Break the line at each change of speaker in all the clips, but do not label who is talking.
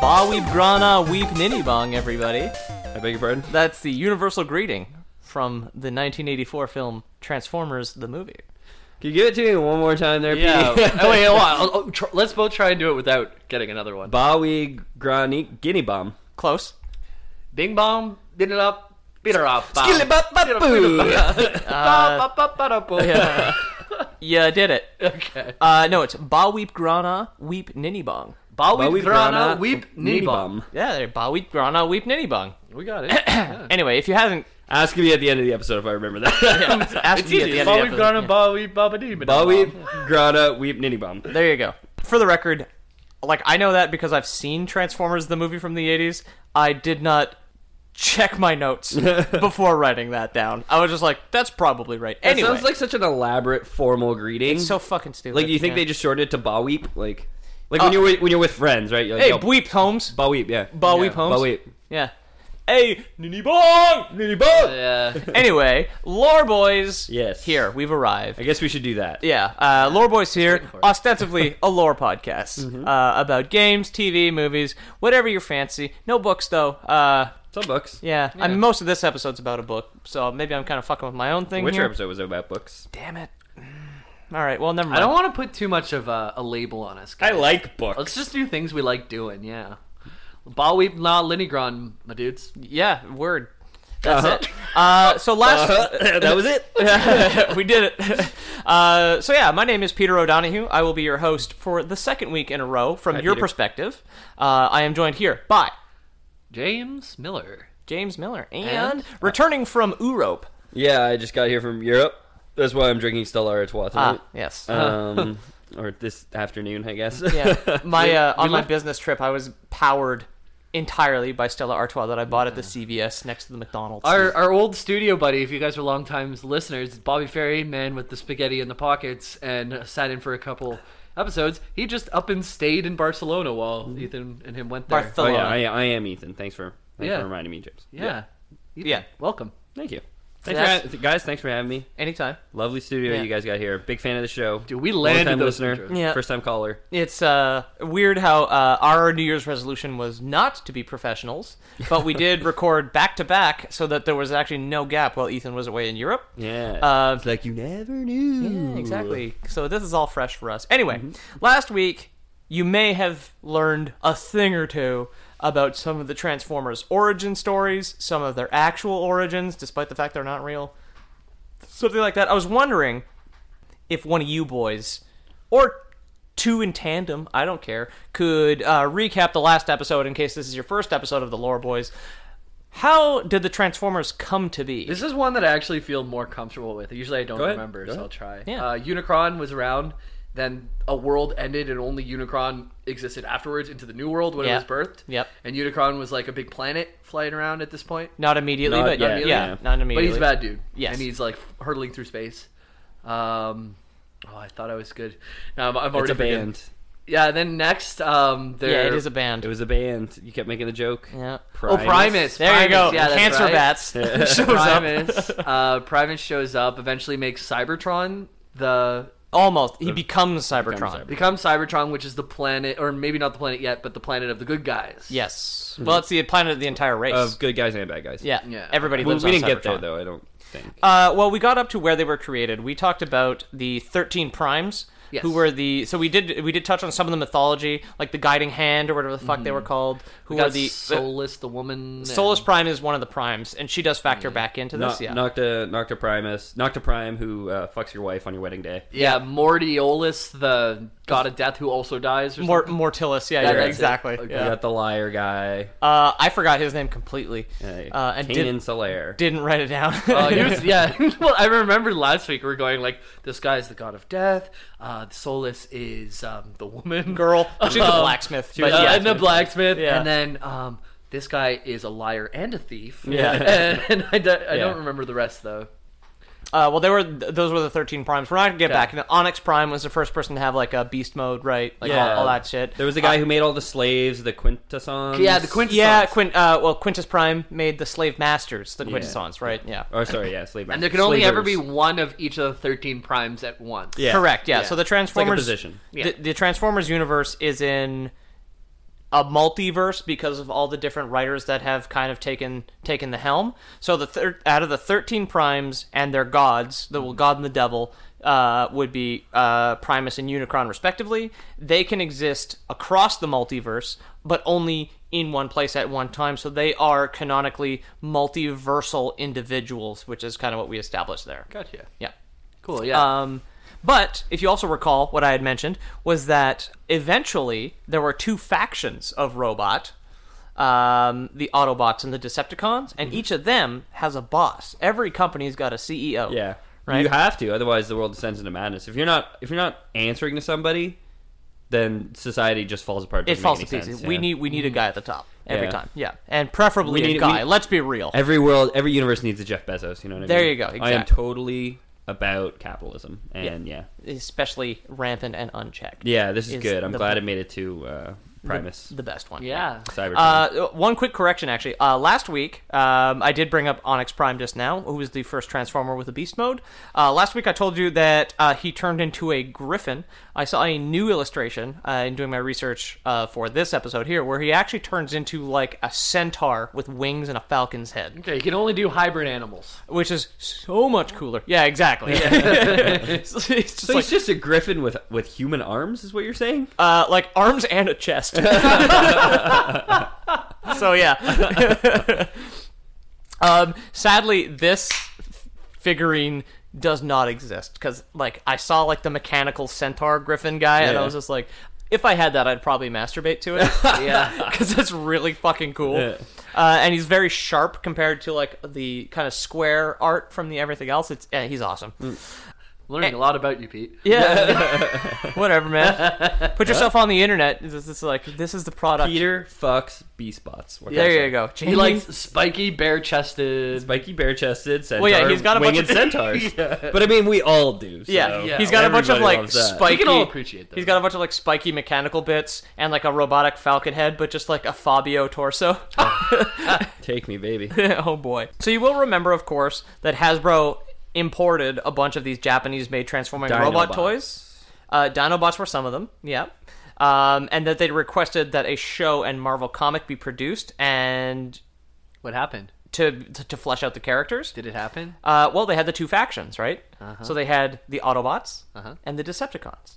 Ba weep grana weep ninny bong, everybody.
I beg your pardon?
That's the universal greeting from the 1984 film Transformers the movie.
Can you give it to me one more time there,
Yeah.
Petey?
oh, wait, hold on. I'll- I'll tr- let's both try and do it without getting another one.
Bawi Grani Guinea Bomb.
Close.
Bing bong, did it up, beat her up.
Skilly bop bop boo. Uh,
Yeah.
Yeah, did it.
Okay.
Uh, no, it's ba weep grana weep ninny bong.
Bawi
Bawi
grana
Grana
weep ninny
Ninny
bong.
Bomb.
Yeah, there, ba weep grana weep ninny bong.
We got it. Yeah.
Anyway, if you haven't,
Ask me at the end of the episode if I remember that.
ask
It's
me at
easy.
the end
Ba
of
weep
the
grana
episode. Yeah.
ba weep ba ba dee ba da
Bawi
bong.
Grana Weep Ninny Bomb.
There you go. For the record, like I know that because I've seen Transformers the movie from the 80s. I did not check my notes before writing that down. I was just like, that's probably right.
It
Anyway,
sounds like such an elaborate formal greeting.
so fucking stupid.
like you think
Yeah.
they just shorted it to Baweep? Like
Uh,
like when you're with, when you're with friends, right? You're like,
Hey,
yo,
Bleep Holmes.
Baweep, yeah.
Baweep
yeah.
Holmes.
Baweep.
Yeah. Hey, Nini Bong! Nini Bong!
Yeah.
Anyway, Lore Boys.
Yes.
Here, we've
I
arrived.
guess we should do that.
Yeah, uh, Lore Boys here, ostensibly a lore podcast
Mm-hmm.
uh, about games, TV, movies, whatever you fancy. No books, though. Uh,
Some books.
yeah. I mean, most of this episode's about a book, so maybe I'm kind of fucking with my own thing.
Which
here.
episode was it about books?
Damn it. Mm. All right, well, never
I
mind.
don't want to put too much of a, a label on us.
I
guys.
like books.
Let's just do things we like doing, yeah. Ba weep na linigron, my dudes.
Yeah, word. That's it. Uh, so last.
Uh-huh. that was it.
we did it. Uh, so yeah, my name is Peter O'Donohue. I will be your host for the second week in a row from your
Peter.
perspective. Uh, I am joined here by
James Miller.
James Miller and,
And?
returning from Europe.
Yeah, I just got here from Europe. That's why I'm drinking Stella Artois tonight.
Ah, yes.
um, or this afternoon, I guess.
yeah. My uh, on my
left-
business trip, I was powered entirely by Stella Artois that I bought at the CVS next to the McDonald's.
Our, our old studio buddy, if you guys are longtime listeners, Bobby Ferry, man with the spaghetti in the pockets, and sat in for a couple episodes. He just up and stayed in Barcelona while Ethan and him went there.
oh
Barcelona.
yeah, I, I am Ethan. Thanks for thanks
Yeah.
for reminding me, James.
yeah. Ethan,
Yeah.
Welcome.
Thank you. Thanks
Yes.
for, ha- guys, thanks for having me.
Anytime.
Lovely studio
Yeah.
you guys got here. Big fan of the show.
Dude, we landed
Longtime
those
listener.
intros.
Yeah.
First time caller.
It's uh, weird how uh, our New Year's resolution was not to be professionals, but we did record back to back so that there was actually no gap while Ethan was away in Europe.
Yeah.
Uh,
it's like you never knew.
yeah, exactly. So this is all fresh for us. Anyway, last week you may have learned a thing or two about some of the Transformers origin stories, some of their actual origins, despite the fact they're not real. Something like that. I was wondering if one of you boys, or two in tandem, I don't care, could uh, recap the last episode in case this is your first episode of the Lore Boys. How did the Transformers come to be?
This is one that I actually feel more comfortable with. Usually I don't
Go ahead.
remember,
Go
so
ahead.
I'll try.
Yeah.
Uh, Unicron was around, then a world ended, and only Unicron existed afterwards into the new world when
Yeah.
it was birthed.
Yep.
And Unicron was like a big planet flying around at this point.
not immediately,
Not
but yeah, yeah,
yet, yeah.
not
But
immediately.
he's a bad dude.
Yes.
And he's like hurtling through space. Um, oh, I thought I was good. No, I'm, I'm
It's
already
a
forgetting.
band.
Yeah. Then next, um, there.
Yeah, it is a band.
It was a band. You kept making the joke.
yeah.
Oh, Primus.
There you
Primus,
go.
Yeah, that's
Cancer
right.
bats. shows up.
Primus. uh, Primus shows up. Eventually makes Cybertron the
Almost. He becomes Cybertron.
Cyber-
becomes Cybertron, which is the planet, or maybe not the planet yet, but the planet of the good guys.
Yes. Well, it's the planet of the entire race.
Of good guys and bad guys.
yeah.
Yeah.
Everybody
Well,
lives
we
on
didn't get there
Cybertron.
though. I don't think.
Uh, well, we got up to where they were created. We talked about the thirteen primes,
Yes.
who were the. So we did we did touch on some of the mythology, like the guiding hand or whatever the fuck they were called. Who
We
were
got
the uh,
Solus, the woman.
Solus Prime is one of the primes, and she does factor back into
No-
this. yeah.
Nocta, Nocta Primus, Nocta Prime, who uh, fucks your wife on your wedding day.
and- yeah, Mortiolus, the god of death who also dies. Or
Mort-
something.
Mortilis. Yeah,
Yeah,
yeah,
that's it.
exactly.
Okay.
You
Yeah.
got the liar guy.
Uh, I forgot his name completely. Uh, and
Kanan
did,
Solaire.
didn't write it down.
Oh,
Uh, he was- yeah. well, I remember last week we were going like, this guy's the god of death. Uh, Solus is um, the woman
Girl. She's a
Um,
blacksmith,
she-
but
uh,
yeah.
and the blacksmith.
Yeah.
And then um, this guy is a liar and a thief.
Yeah.
and, and I, do, I
Yeah.
don't remember the rest though.
Uh, well, they were th- those were the thirteen primes. We're not gonna get
Okay.
back. And Onyx Prime was the first person to have like a beast mode, right? Like all, all that shit. Uh,
There was a guy who made all the slaves, the quintessons.
Yeah, the Quintessons.
yeah, Quint. Uh, well, Quintus Prime made the slave masters, the Quintessons, right? Yeah.
Or Oh, sorry, yeah, slave.
And there can only ever be one of each of the thirteen primes at once.
Yeah.
Correct. Yeah.
Yeah.
So the Transformers
position.
The, the Transformers universe is in a multiverse because of all the different writers that have kind of taken taken the helm. So the thir- out of the thirteen primes and their gods, the well, god and the devil, uh, would be uh, Primus and Unicron respectively. They can exist across the multiverse, but only in one place at one time. So they are canonically multiversal individuals, which is kind of what we established there.
Gotcha.
Yeah.
Cool. Yeah.
Um, but if you also recall, what I had mentioned was that eventually there were two factions of robot um, the Autobots and the Decepticons,
Mm-hmm.
and each of them has a boss. Every company's got a E CEO.
Yeah,
Right?
You have to, otherwise the world descends into madness. If you're not, if you're not answering to somebody, then society just falls apart.
It
doesn't
falls to
make any
pieces.
sense,
We
yeah. Mm-hmm.
need we need a guy at the top every
Yeah.
time. Yeah, and preferably
We need-
a guy.
we-
Let's be real.
every world, every universe needs a Jeff Bezos. You know what I
There
mean?
you go,
I am
exactly.
totally about capitalism, and yeah, yeah,
especially rampant and unchecked.
this is,
Is
good. I'm
the-
glad it made it to uh, Primus.
The best one.
yeah.
Cybertron.
Uh, one quick correction, actually. Uh, last week, um, I did bring up Onyx Prime just now, who was the first Transformer with a Beast mode. Uh, last week, I told you that uh, he turned into a Griffin. I saw a new illustration uh, in doing my research uh, for this episode here, where he actually turns into like a centaur with wings and a falcon's head,
Okay, you can only do hybrid animals.
which is so much cooler. Yeah, exactly. It's just
so
like,
he's just a griffin with with human arms, is what you're saying?
uh, like arms and a chest. so yeah. um, sadly, this f- figurine does not exist because like I saw like the mechanical centaur griffin guy, and I
Yeah.
was just like, if I had that, I'd probably masturbate to it. yeah, because that's really fucking cool. Uh, and he's very sharp compared to like the kind of square art from the everything else. It's yeah, he's awesome.
Learning a lot about you, Pete.
Yeah. Whatever, man. Put yourself on the internet. This is like this is the product.
Peter fucks B spots.
There you go.
He likes spiky, bare-chested.
Spiky bare chested centaur.
Well, yeah, he's got a bunch
winged
of-
centaurs. But I mean, we all do. So.
yeah, he's got a bunch of
Everybody
like
loves that.
spiky.
We can all appreciate that.
He's got a bunch of like spiky mechanical bits and like a robotic falcon head, but just like a Fabio torso.
Take me, baby.
oh boy. So you will remember, of course, that Hasbro imported a bunch of these Japanese-made transforming robot
Dinobots.
toys. Uh, Dinobots were some of them. Yeah. Um, and that they requested that a show and Marvel comic be produced, and
What happened?
to to, to flesh out the characters.
Did it happen?
Uh, well, they had the two factions, right?
Uh-huh.
So they had the Autobots and the Decepticons.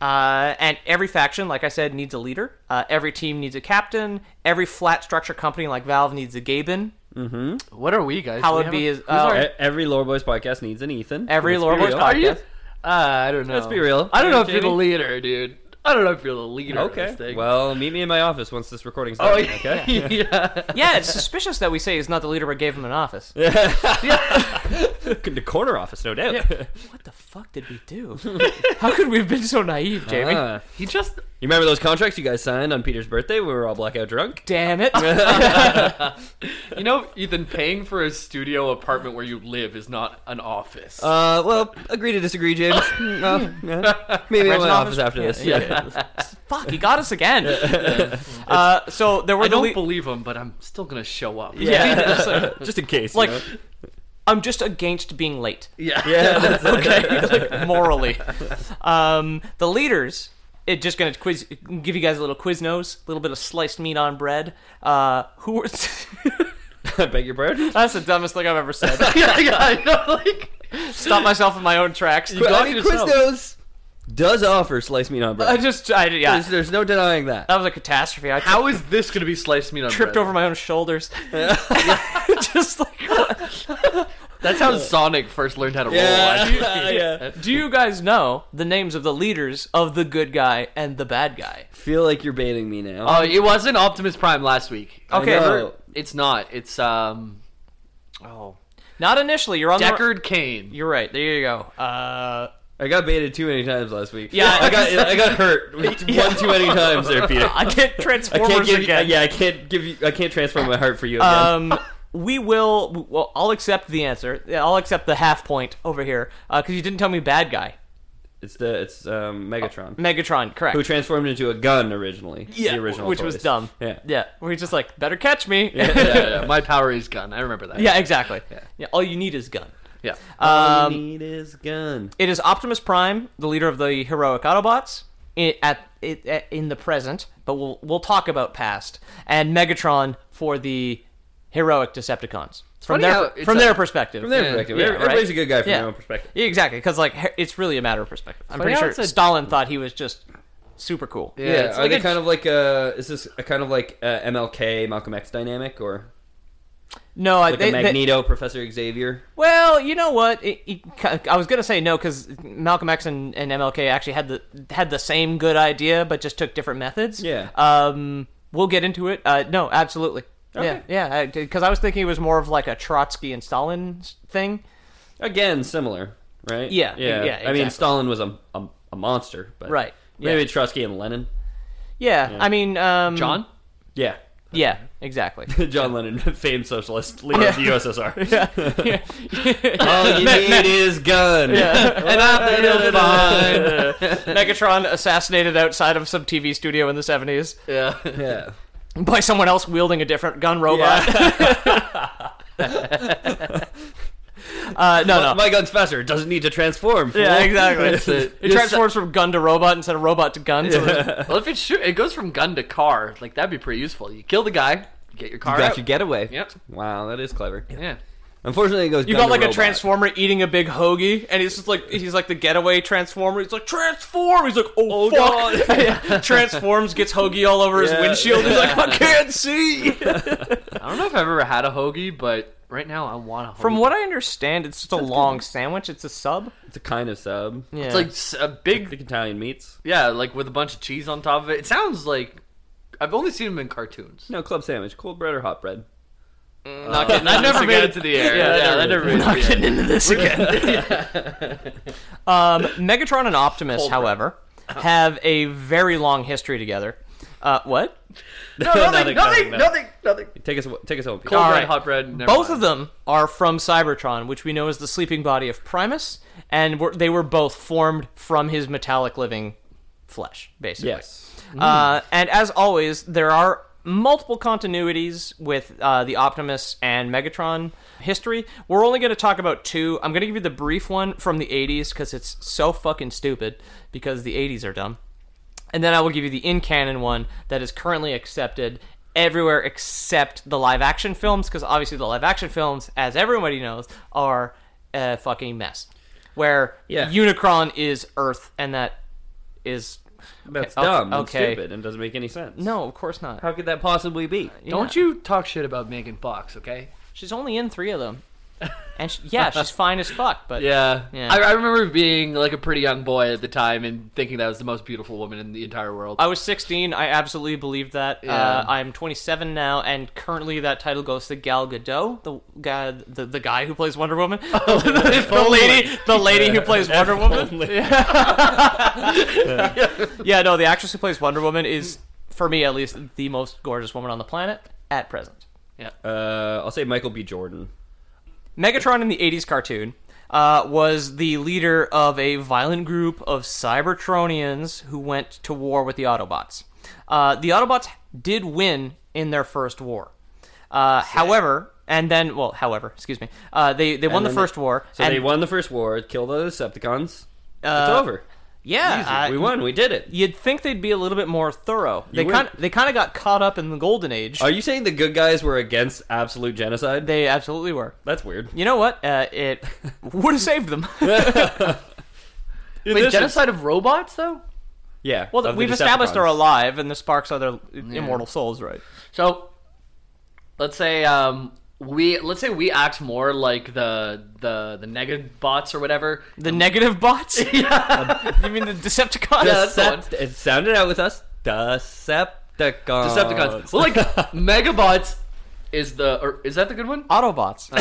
Uh, and every faction, like I said, needs a leader. Uh, every team needs a captain. Every flat structure company like Valve needs a Gaben.
What are we guys?
How
Do we
would
have
be
a-
is
who's our-
uh,
E- Every Lore Boys podcast needs an Ethan.
every
Let's be
Lore Boys
real.
Are you?
podcast.
Uh, I don't know. Let's
be real.
I don't know if
Are
you're
you
the
kidding?
leader, dude. I don't know if you're the leader. Of this
Okay.
thing.
Well, meet me in my office once this recording's done.
Oh
Okay.
yeah. yeah.
Yeah, it's suspicious that we say he's not the leader, but gave him an office.
the corner office, no doubt.
What the fuck did we do? How could we have been so naive, Jamie?
Ah.
He just
you remember those contracts you guys signed on Peter's birthday? when We were all blackout drunk.
Damn it!
You know, Ethan, paying for a studio apartment where you live is not an office.
Uh, well, agree to disagree, James. no, no. Maybe in
Rent
my
an office?
office after this.
Yeah,
Yeah.
fuck, he got us again. uh, so there were
I
the
don't
lea-
believe him, but I'm still gonna show up.
yeah. so-
Just in case. you
like
know.
I'm just against being late.
yeah.
yeah. that's-
Okay, like, morally, um, the leaders. It just gonna quiz, give you guys a little quiz nose, a little bit of sliced meat on bread. Uh, who were?
I beg your pardon.
That's the dumbest thing I've ever said.
yeah, yeah, I know. Like,
Stop myself in my own tracks.
I mean,
yourself.
Quiznos does offer sliced meat on bread.
I just, I, yeah,
there's, there's no denying that.
that was a catastrophe. I
how is this gonna be sliced meat on
tripped
bread?
over my own shoulders. just like what?
That's how Sonic first learned how to roll. actually.
yeah, yeah.
Do you guys know the names of the leaders of the good guy and the bad guy?
Feel like you're baiting me now.
Oh, it wasn't Optimus Prime last week.
Okay,
know.
it's not. It's um
Oh, not initially. You're on The,
Deckard Kane.
you're right. There you go. Uh,
I got baited too many times last week.
Yeah,
I got I got hurt one too many times there, Peter.
I get
I can't
Transformers
give
again.
yeah I can't give you I can't transform my heart for you again.
Um, we will. Well, I'll accept the answer. Yeah, I'll accept the half point over here because you didn't tell me bad guy.
it's the it's um, Megatron
Megatron, correct?
who transformed into a gun originally.
yeah,
the original
which was
toys.
dumb.
Yeah,
yeah. We're just like, better catch me. Yeah,
yeah, yeah, my power is gun. I remember that.
exactly. Yeah. all you need is gun.
yeah. Uh,
All you need is gun.
It is Optimus Prime, the leader of the heroic Autobots, i at, it at in the present, but we'll we'll talk about past and Megatron for the heroic Decepticons from
funny how
their
it's
from
a-
their perspective.
From their perspective,
yeah,
everybody's
right.
a good guy from
Yeah.
their own perspective.
Yeah, exactly, because like he- it's really a matter of perspective. I'm
Funny how
pretty
it's
sure
a-
Stalin thought he was just super cool.
Yeah,
it's
are
like
they
a-
kind of like uh Is this a kind of like uh, MLK Malcolm X dynamic or
No, I
like
they,
a
they-
Magneto Professor Xavier?
well, you know what? It, it, I was gonna say no because Malcolm X and, and MLK actually had the had the same good idea, but just took different methods.
Yeah.
Um, we'll get into it. Uh, no, absolutely. Yeah, yeah. Because I was thinking it was more of like a Trotsky and Stalin s- thing.
Again, similar, right?
Yeah,
yeah.
yeah,
I mean,
exactly.
Stalin was a, a, a monster, but
Right,
Maybe
yeah.
Trotsky and Lenin.
Yeah, I mean, um,
John?
Yeah,
Yeah, exactly.
John Lennon, famed socialist leader of the USSR. All
Yeah.
you need is gun.
And I feel fine.
Megatron assassinated outside of some TV studio in the seventies
Yeah.
Yeah.
by someone else wielding a different gun robot. uh, no, no.
My gun's faster. It doesn't need to transform. fool.
Yeah, exactly.
That's it.
it. transforms from gun to robot instead of robot to gun. So that-
Well, if it shoot, it goes from gun to car. Like that'd be pretty useful. You kill the guy, you get your car.
You got
out.
your getaway.
Yep.
Wow, that is clever.
Yeah.
Unfortunately, it goes.
You
gun
got
to
like a
robot.
transformer eating a big hoagie, and he's just like he's like the getaway transformer. He's like transform. He's like oh, fuck. Transforms, gets hoagie all over his
Yeah.
windshield. He's like I can't see.
I don't know if I've ever had a hoagie, but right now I want a hoagie.
From what I understand, it's just a long sandwich. It's a sub.
It's a kind of sub.
Yeah.
it's like s- a
I
big,
think Italian meats.
yeah, like with a bunch of cheese on top of it. It sounds like I've only seen them in cartoons.
No, club sandwich. Cold bread or hot bread?
Not getting- I never made it to the air. Yeah, I never made it. to the air.
into this again. um, Megatron and Optimus, however, have a very long history together. Uh, what?
nothing, nothing,
nothing, nothing.
Take us, take us home. Pete.
Cold
All
bread,
right.
hot bread. Never
Both
mind.
of them are from Cybertron, which we know is the sleeping body of Primus, and were, they were both formed from his metallic living flesh, basically.
Yes.
Uh, and as always, there are multiple continuities with uh, the Optimus and Megatron history. We're only going to talk about two. I'm going to give you the brief one from the 80s because it's so fucking stupid because the 80s are dumb. And then I will give you the in canon one that is currently accepted everywhere except the live action films because obviously the live action films, as everybody knows, are a fucking mess. Where
Yeah.
Unicron is Earth and that is
That's
okay,
dumb. and
okay.
stupid and doesn't make any sense.
no, of course not.
How could that possibly be?
Don't you talk shit about Megan Fox, okay?
She's only in three of them, and she, yeah, she's fine as fuck. But
Yeah.
Yeah.
I, I remember being like a pretty young boy at the time and thinking that was the most beautiful woman in the entire world.
I was 16. I absolutely believed that. Uh,
Yeah.
I'm 27 now, and currently that title goes to Gal Gadot, the guy, the, the guy who plays Wonder Woman,
Oh,
the, lady, the lady who plays Wonder Woman. Yeah, no, the actress who plays Wonder Woman is, for me at least, the most gorgeous woman on the planet at present.
Uh, I'll say Michael B. Jordan.
Megatron in the 80s cartoon uh, was the leader of a violent group of Cybertronians who went to war with the Autobots. Uh, the Autobots did win in their first war. Uh, however, and then, well, however, excuse me, uh, they, they won the
then they-
first war.
So
and,
they won the first war, killed all the Decepticons. it's over.
Yeah, uh,
we won. We did it.
You'd think they'd be a little bit more thorough. They
would.
kind they kind of got caught up in the golden age.
Are you saying the good guys were against absolute genocide?
they absolutely were.
That's weird.
You know what? Uh, it would have saved them.
Wait, genocide of robots though?
Yeah.
well,
of the
we've established they're
Decepticons.
alive, and the sparks are their immortal souls, right?
So, let's say um, we let's say we act more like the the the negative bots or whatever.
The negative bots? Um, yeah. You mean the Decepticons?
Yeah, that's the one.
Decept- it sounded out with us. Decepticons.
Decepticons. Well, like Megabots is the or is that the good one?
Autobots.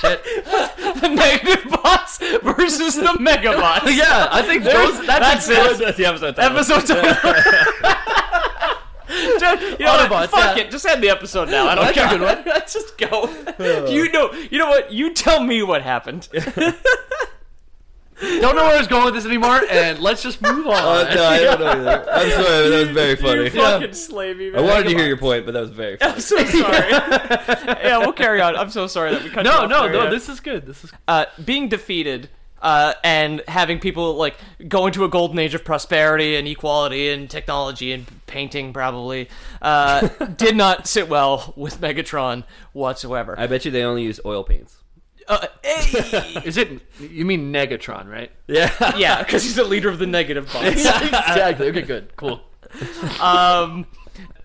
Shit.
the negative bots versus the megabots.
Yeah, I think those. That's,
that's
a
it.
good-
That's the episode title.
Episode title. Just- you know what?
Autobots,
Fuck
yeah.
it. Just end the episode now. I don't
That's a
care.
good one.
Let's just go. you know. You know what? You tell me what happened.
Don't know where I was going with this anymore, and let's just move on.
Uh, no, I don't know either. I'm sorry, but that was very funny.
You fucking slay me,
I
man.
wanted to hear your point, but that was very funny.
I'm so sorry. yeah, we'll carry on. I'm so sorry that we cut. you
no,
off
no,
there, yeah.
no. This is good. This is.
uh, being defeated uh, and having people like go into a golden age of prosperity and equality and technology and painting probably uh, did not sit well with Megatron whatsoever.
I bet you they only use oil paints.
Uh, eh,
Is it? You mean Negatron, right?
Yeah.
yeah, because he's the leader of the negative bots.
exactly. Okay, good, cool.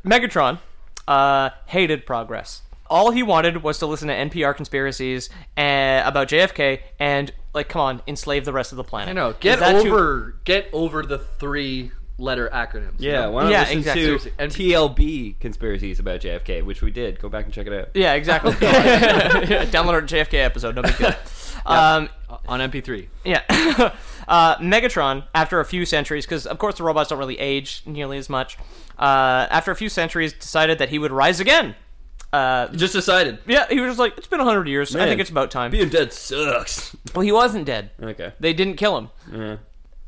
Megatron uh, hated progress. All he wanted was to listen to NPR conspiracies uh, about JFK and like, come on, enslave the rest of the planet.
I know. Get
Is that too-
over. Get over the three letter acronyms.
Yeah, why not
Yeah,
listen
exactly.
to
Seriously.
And-
TLB conspiracies about JFK, which we did. Go back and check it out.
Yeah, exactly. Download our JFK episode. No big deal. Um,
On MP3.
yeah. Uh, Megatron, after a few centuries, because of course the robots don't really age nearly as much, uh, after a few centuries decided that he would rise again. Uh,
Just decided.
yeah, he was just like, it's been 100 years. I
Man,
think it's about time.
Being dead sucks.
Well, he wasn't dead.
Okay.
They didn't kill him.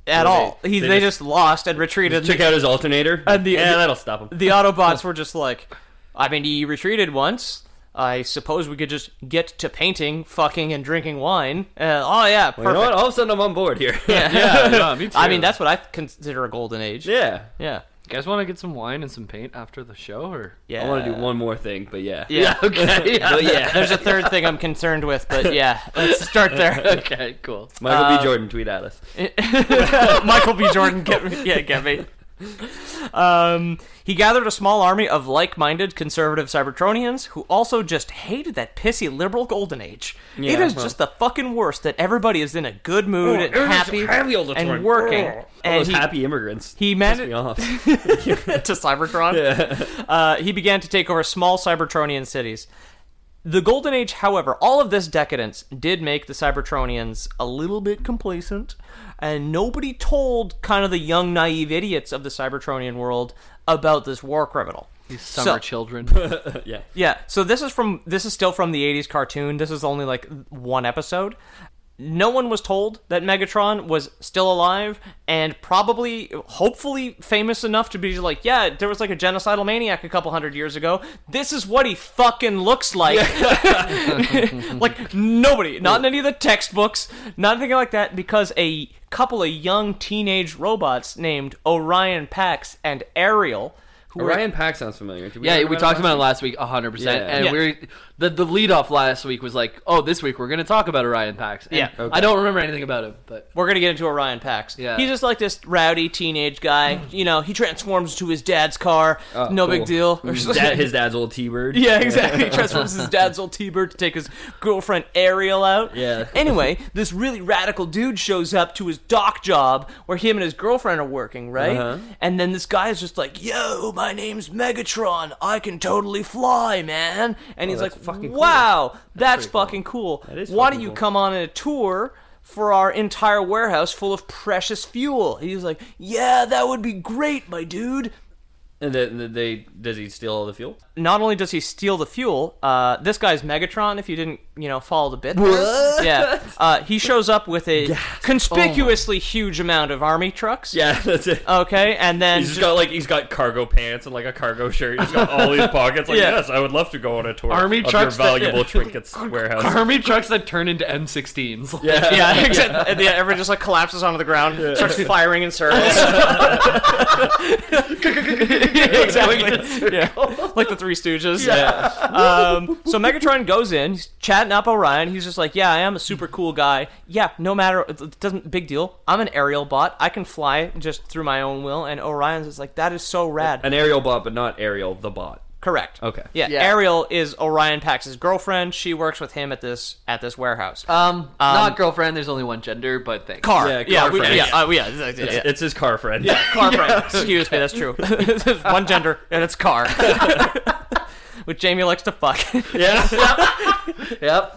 At all. He, they,
they
just,
just-
lost and retreated.
Check out his alternator.
And the-
yeah, that'll stop him.
the Autobots were just like, I mean, he retreated once. I suppose we could just get to painting, fucking, and drinking wine. Uh, oh yeah, perfect.
you know what? All of a sudden, I'm on board here.
Yeah, no, me too.
I mean, that's what I consider a golden age.
yeah.
yeah,
You guys want to get some wine and some paint after the show, or
yeah.
I want to do one more thing, but yeah.
Yeah.
okay, yeah.
But yeah.
There's a third thing I'm concerned with, but yeah, let's start there.
okay, cool.
Michael B. Jordan, tweet at us.
Michael B. Jordan, get me. Yeah, get me. Um, he gathered a small army of like-minded conservative Cybertronians who also just hated that pissy liberal golden age. it is just the fucking worst that everybody is in a good mood and happy and working.
All
and
those
he-
happy immigrants.
he
Piss
managed-
me off.
to Cybertron. Uh, he began to take over small Cybertronian cities. The Golden Age, however, all of this decadence did make the Cybertronians a little bit complacent, and nobody told kind of the young, naive idiots of the Cybertronian world about this war criminal.
Summer
So-
children.
yeah.
yeah, so this is from this is still from the 80s cartoon. This is only like one episode. No one was told that Megatron was still alive and probably hopefully famous enough to be like, yeah, there was like a genocidal maniac a couple hundred years ago. This is what he fucking looks like. like nobody, not in any of the textbooks, not anything like that because a couple of young teenage robots named Orion Pax and Ariel who were-
Ryan Pack sounds familiar. Did
Yeah,
talk
we
it last
talked about it last week 100%.
Yeah.
And
Yeah.
we're the the lead off last week was like, "Oh, this week we're going to talk about Orion Pax." And
Yeah.
I don't remember anything about him, but
We're gonna get into Orion Pax.
Yeah.
He's just like this rowdy teenage guy. You know, he transforms into his dad's car. no big
Mm. Uh, cool.
deal. Or
His,
something.
dad, his dad's old T-bird.
yeah, exactly. He transforms his dad's old T-bird to take his girlfriend Ariel out.
Yeah.
Anyway, this really radical dude shows up to his dock job where him and his girlfriend are working, right?
Uh-huh.
And then this guy is just like, "Yo, my name's Megatron. I can totally fly, man." And he's like,
Oh, that's fucking cool.
"Wow, that's, fucking cool.
is
Why
fucking
don't you
cool.
come on a tour?" For our entire warehouse full of precious fuel. He's like, Yeah, that would be great, my dude.
And then then they does he steal all the fuel?
not only does he steal the fuel, uh, this guy's Megatron. If you didn't, you know, follow the bit, there.
What? Oh
yeah, uh, he shows up with a conspicuously huge amount of army trucks.
Yeah, that's it.
Okay, and then
He's just
ju-
got like he's got cargo pants and like a cargo shirt. He's got all these pockets. Like
Yeah.
yes, I would love to go on a tour
Army
of your
trucks that-
valuable trinkets warehouse.
army trucks that turn into M16s. Like,
yeah, except and yeah, everyone just like collapses onto the ground, starts firing in circles. exactly. Yeah. Like the Three Stooges.
Yeah.
Um, so Megatron goes in, he's chatting up Orion. He's just like, "Yeah, I am a super cool guy. Yeah, no matter, it- it doesn't big deal. I'm an aerial bot. I can fly just through my own will." And Orion's just like, "That is so rad."
An aerial bot, but not aerial the bot.
Correct.
Okay.
Yeah.
Yeah.
Ariel is Orion Pax's girlfriend. She works with him at this at this warehouse.
Um, not girlfriend. There's only one gender, but thanks.
car.
yeah,
Yeah.
car
we-
friend.
yeah. uh, yeah, yeah, yeah.
It's his car friend.
car friend. Excuse me, that's true. There's one gender and it's car. Which Jamie likes to fuck.
Yep,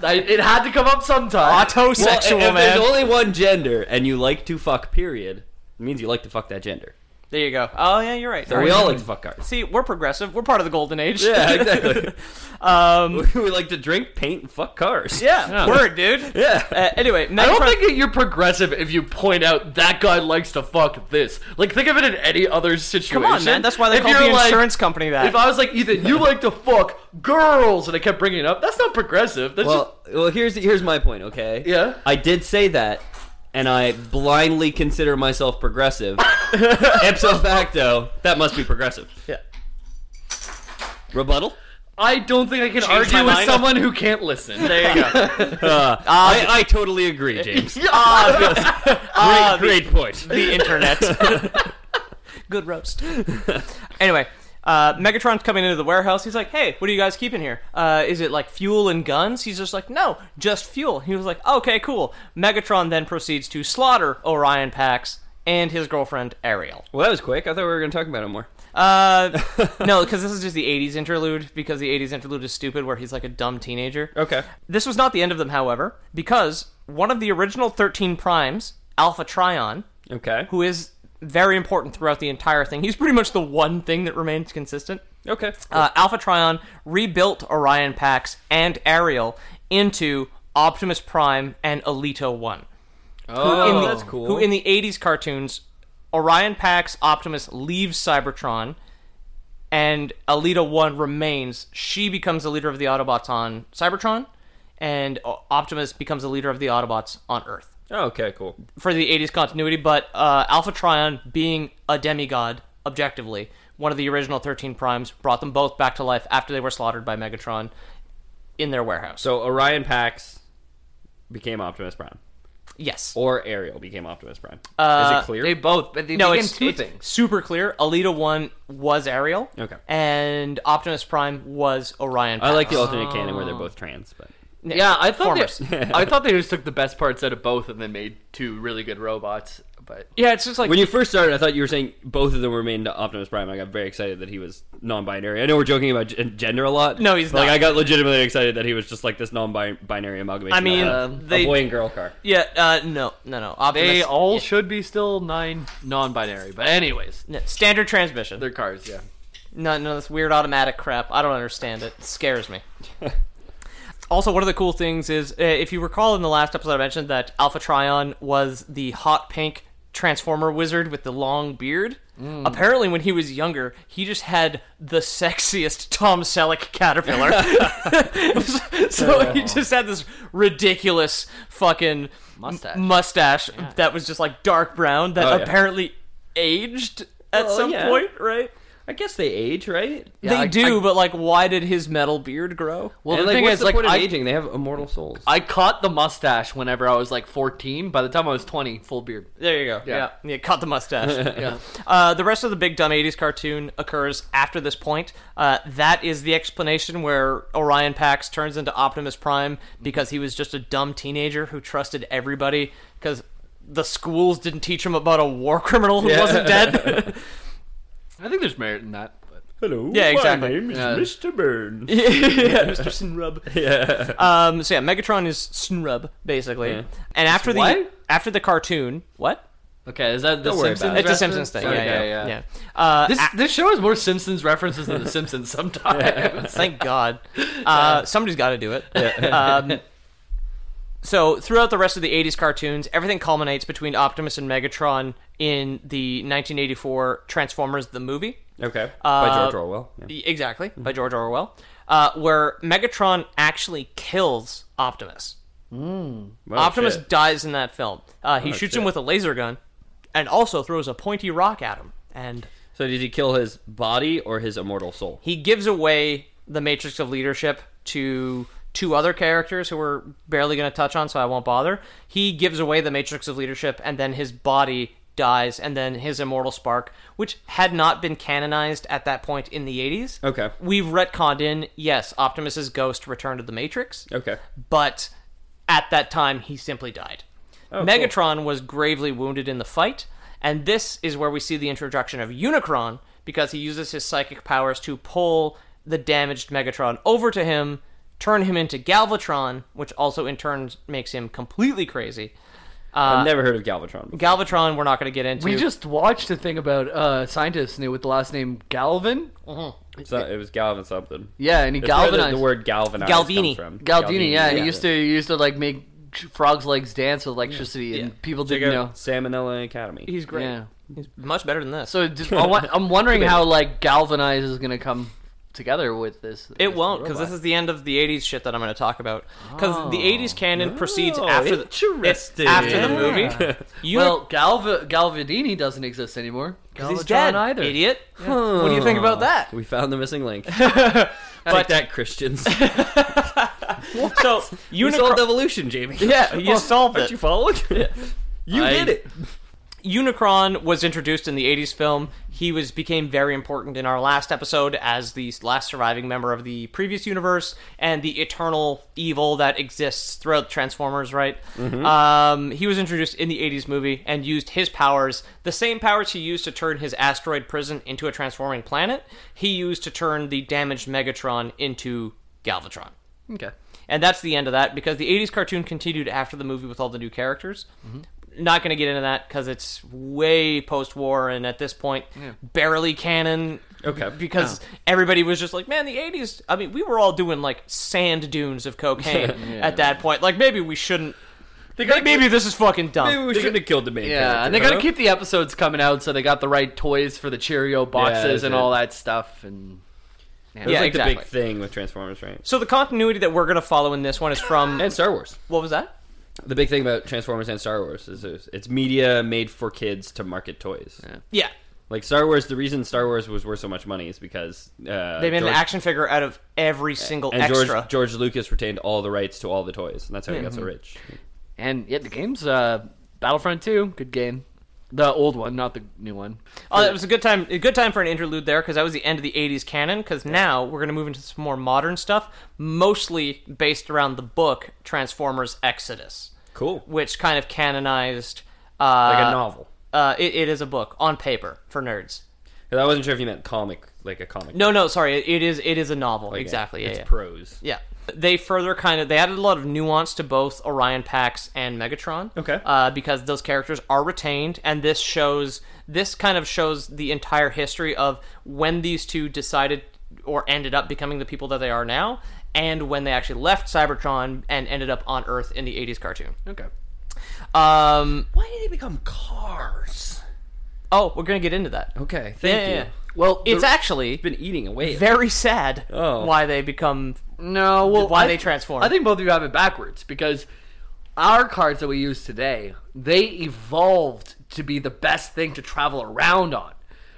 I, it had to come up sometime.
Well, if,
Autosexual man.
if there's only one gender and you like to fuck, period, it means you like to fuck that gender.
there you go. Oh yeah, you're right.
So we all like to fuck cars.
See, we're progressive. We're part of the golden age.
Yeah, exactly. um, we like to drink, paint, and fuck cars.
yeah. Word, dude.
Yeah.
Uh, anyway,
I
Meg
don't
Fran-
think that you're progressive if you point out that guy likes to fuck this. Like, think of it in any other situation.
Come on, man. That's why they
If
call
you're
the
like-
insurance company that.
If I was like Ethan, you like to fuck girls, and I kept bringing it up, that's not progressive. That's
Well, well, here's here's my point. Okay.
Yeah?
I did say that, and I blindly consider myself progressive. Ipso facto, that must be progressive.
just.
Rebuttal.
I don't think I can
Change my
argue with
mind.
someone who can't listen.
there you go.
I, I totally agree, James. great, great point.
the internet. Good roast. anyway, uh, Megatron's coming into the warehouse. He's like, "Hey, what are you guys keeping here? Uh, is it like fuel and guns?" He's just like, "No, just fuel." He was like, "Okay, cool." Megatron then proceeds to slaughter Orion Pax and his girlfriend Ariel.
Well, that was quick. I thought we were going to talk about it more.
Uh, no, because this is just the '80s interlude. Because the '80s interlude is stupid, where he's like a dumb teenager.
Okay.
This was not the end of them, however, because one of the original 13 primes, Alpha Trion,
Okay.
who is very important throughout the entire thing. He's pretty much the one thing that remains consistent.
Okay.
Uh, Alpha Trion rebuilt Orion Pax and Ariel into Optimus Prime and Alito One. Oh,
Oh, that's cool.
Who in the '80s cartoons, Orion Pax Optimus leaves Cybertron, and Alita One remains. She becomes the leader of the Autobots on Cybertron, and O- Optimus becomes the leader of the Autobots on Earth
okay. Cool.
for the 80s continuity, but uh, Alpha Trion, being a demigod, objectively, one of the original 13 primes, brought them both back to life after they were slaughtered by Megatron in their warehouse.
So Orion Pax became Optimus Prime,
yes. Uh,
or Ariel became Optimus Prime. Is it clear?
They both, but they
No,
became
it's,
two
it's
things.
super clear. Alita 1 was Ariel.
Okay.
And Optimus Prime was Orion.
I like the alternate canon where they're both trans, but
Yeah, I thought
Farmers.
they, I thought they just took the best parts out of both and then made two really good robots. But
Yeah, it's just like.
when you first started, I thought you were saying both of them were made into Optimus Prime. I got very excited that he was non-binary. I know we're joking about g- gender a lot.
No, he's
but, like
not.
I got legitimately excited that he was just like this non-binary amalgamation.
I mean,
of a,
they-
a boy and girl car.
yeah, uh, no, no, no. Optimus.
they all should be still nine non-binary. But anyways,
No, Standard transmission.
their cars, yeah.
No, no, this weird automatic crap. I don't understand it. It scares me. also, one of the cool things is, uh, if you recall in the last episode, I mentioned that Alpha Trion was the hot pink Transformer wizard with the long beard. Apparently, when he was younger, he just had the sexiest Tom Selleck caterpillar. so he just had this ridiculous fucking
Mustache.
mustache that was just like dark brown that
Oh, yeah.
apparently aged at
Well,
some
yeah.
point, right?
I guess they age, right?
They
I-
do,
I-
but like, why did his metal beard grow?
Well,
And,
the
like,
thing
what's
is,
the
like,
point of
I,
aging? They have immortal souls.
I caught the mustache whenever I was like 14. By the time I was 20, full beard.
there you go. Yeah,
Yeah.
yeah, cut the mustache. Uh, the rest of the big dumb '80s cartoon occurs after this point. Uh, that is the explanation where Orion Pax turns into Optimus Prime because he was just a dumb teenager who trusted everybody because the schools didn't teach him about a war criminal who wasn't dead.
I think there's merit in that. But
Hello.
Yeah, exactly.
name is
Yeah.
Mr. Burns.
Mr. Snrub. Um, so yeah, Megatron is Snrub basically, and after the
what?
after the cartoon, what?
okay, is that the
worry
Simpsons?
about
It's
it.
a
reference?
Simpsons thing.
Okay,
yeah, yeah, yeah.
yeah.
Uh,
This this show has more Simpsons references than the Simpsons sometimes.
Thank God. Uh, somebody's got to do it. Um, so, throughout the rest of the 80s cartoons, everything culminates between Optimus and Megatron in the 1984 Transformers the movie.
Okay. Uh, By George Orwell. Yeah.
E- Exactly, by George Orwell, uh, where Megatron actually kills Optimus.
Well,
Optimus
Oh, shit.
dies in that film. Uh, he shoots him
shit.
with a laser gun and also throws a pointy rock at him. And
So did he kill his body or his immortal soul?
he gives away the matrix of leadership to two other characters who we're barely going to touch on so i won't bother he gives away the matrix of leadership and then his body dies, and then his immortal spark, which had not been canonized at that point in the 80s.
Okay.
We've retconned in, yes, Optimus's ghost returned to the Matrix.
Okay.
But at that time, he simply died.
Oh,
Megatron was gravely wounded in the fight, and this is where we see the introduction of Unicron because he uses his psychic powers to pull the damaged Megatron over to him, turn him into Galvatron, which also in turn makes him completely crazy.
I've never heard of Galvatron. Before.
Galvatron, we're not going to get into.
We just watched a thing about uh, scientists knew with the last name Galvin.
So it was Galvin something.
Yeah, and he
That's where the-
galvanized.
The, word galvanized.
Galvini.
Comes from.
Galdini, yeah, and he used to he used to like make frogs' legs dance with electricity, and people
Check
didn't know.
out Salmonella Academy.
he's great.
Yeah.
He's much better than this.
So just, I wa- I'm wondering how like galvanize is gonna come together with this.
It won't, because this is the end of the '80s shit that I'm going to talk about. Because the '80s canon procedes
Oh,
after the
interesting.
it's after the movie. You
well, Galva Galvadini doesn't exist anymore because
he's dead,
either.
idiot. What do you think about that?
We found the missing link. but that Christians.
So
you solved
Unicron,
evolution, Jamie.
yeah, you solved it.
Aren't you following? You
I-
did it.
Unicron was introduced in the '80s film. He was became very important in our last episode as the last surviving member of the previous universe and the eternal evil that exists throughout Transformers. Right? Um, he was introduced in the '80s movie and used his powers, the same powers he used to turn his asteroid prison into a transforming planet. He used to turn the damaged Megatron into Galvatron.
Okay.
And that's the end of that because the 80s cartoon continued after the movie with all the new characters.
Mm-hmm.
Not going to get into that because it's way post war and at this point, barely canon.
Okay. Oh.
Because everybody was just like, man, the 80s. I mean, we were all doing like sand dunes of cocaine at that point. Like, maybe we shouldn't. Maybe this is fucking dumb.
Maybe we shouldn't have killed the main
Yeah, and they
character,
gotta keep the episodes coming out so they got the right toys for the Cheerio boxes
they did.
and all that stuff. And
huh? It was
Yeah,
like
exactly.
the big thing with Transformers, right?
So the continuity that we're going to follow in this one is from.
And Star Wars.
what was that?
The big thing about Transformers and Star Wars is it's- it's media made for kids to market toys.
Yeah.
Like Star Wars, the reason Star Wars was worth so much money is because uh,
They made
George,
an action figure out of every single
and
extra. Mm-hmm.
George George Lucas retained all the rights to all the toys, and that's how he got so rich.
and yeah, the game's uh, Battlefront Two, good game. The old one, not the new one.
Oh, it was a good time. A good time for an interlude there because that was the end of the '80s canon. Because now we're going to move into some more modern stuff, mostly based around the book Transformers Exodus,
Cool,
which kind of canonized. Uh,
like a novel.
Uh, it, it is a book on paper for nerds.
'Cause I wasn't sure if you meant comic, like a comic.
No, no, sorry. It, it is. It is a novel.
Like,
exactly. Yeah,
It's
yeah.
prose.
Yeah. They further kind of they added a lot of nuance to both Orion Pax and Megatron.
Okay.
Uh, because those characters are retained, and this shows this kind of shows the entire history of when these two decided or ended up becoming the people that they are now, and when they actually left Cybertron and ended up on Earth in the '80s cartoon.
Okay.
Um.
Why did they become cars?
Oh, we're gonna get into that.
Okay, thank
Yeah, yeah,
you.
yeah.
Well,
It's
the-
actually
Been eating away.
very sad
Oh.
why they become
No, well,
why
I
they
th-
transform.
I think both of you have it backwards because our cards that we use today they evolved to be the best thing to travel around on,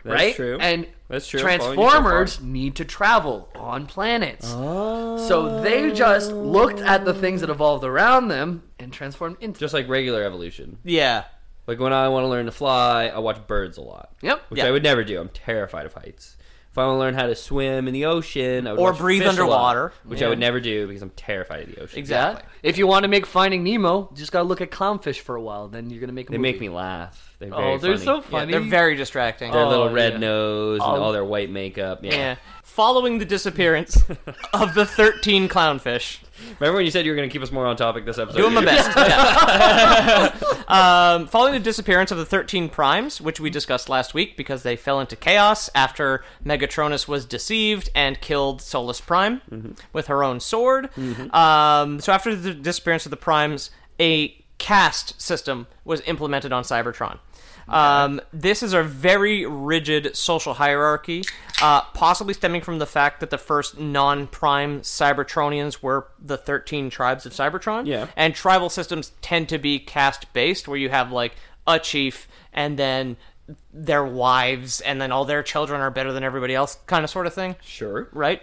That's
right?
true.
And
That's true. I'm following you so
Transformers need to travel on planets, so they just looked at the things that evolved around them and transformed into.
Just like regular evolution.
yeah.
Like when I want to learn to fly, I watch birds a lot.
Yep.
Which
Yeah.
I would never do. I'm terrified of heights. If I want to learn how to swim in the ocean, I would
Or
watch
breathe
fish a lot,
underwater.
which I would never do because I'm terrified of the ocean.
Exactly.
If you want to make Finding Nemo, just gotta look at clownfish for a while. Then you're gonna make. A
They
movie.
make me laugh. They're very
Oh, they're so
Yeah,
funny.
They're very distracting.
their
Oh,
little red
yeah.
nose and all their white makeup. Yeah.
Oh. Yeah. Following the disappearance of the 13 clownfish.
Remember when you said you were going to keep us more on topic this episode?
Doing my
You-
best. yeah. um, following the disappearance of the 13 primes, which we discussed last week because they fell into chaos after Megatronus was deceived and killed Solus Prime with her own sword. Um, so, after the disappearance of the primes, a caste system was implemented on Cybertron. Um, this is a very rigid social hierarchy, uh, possibly stemming from the fact that the first non-prime Cybertronians were the 13 tribes of Cybertron.
Yeah.
And tribal systems tend to be caste-based, where you have like a chief and then their wives, and then all their children are better than everybody else, kind of sort of thing,
Sure.
right?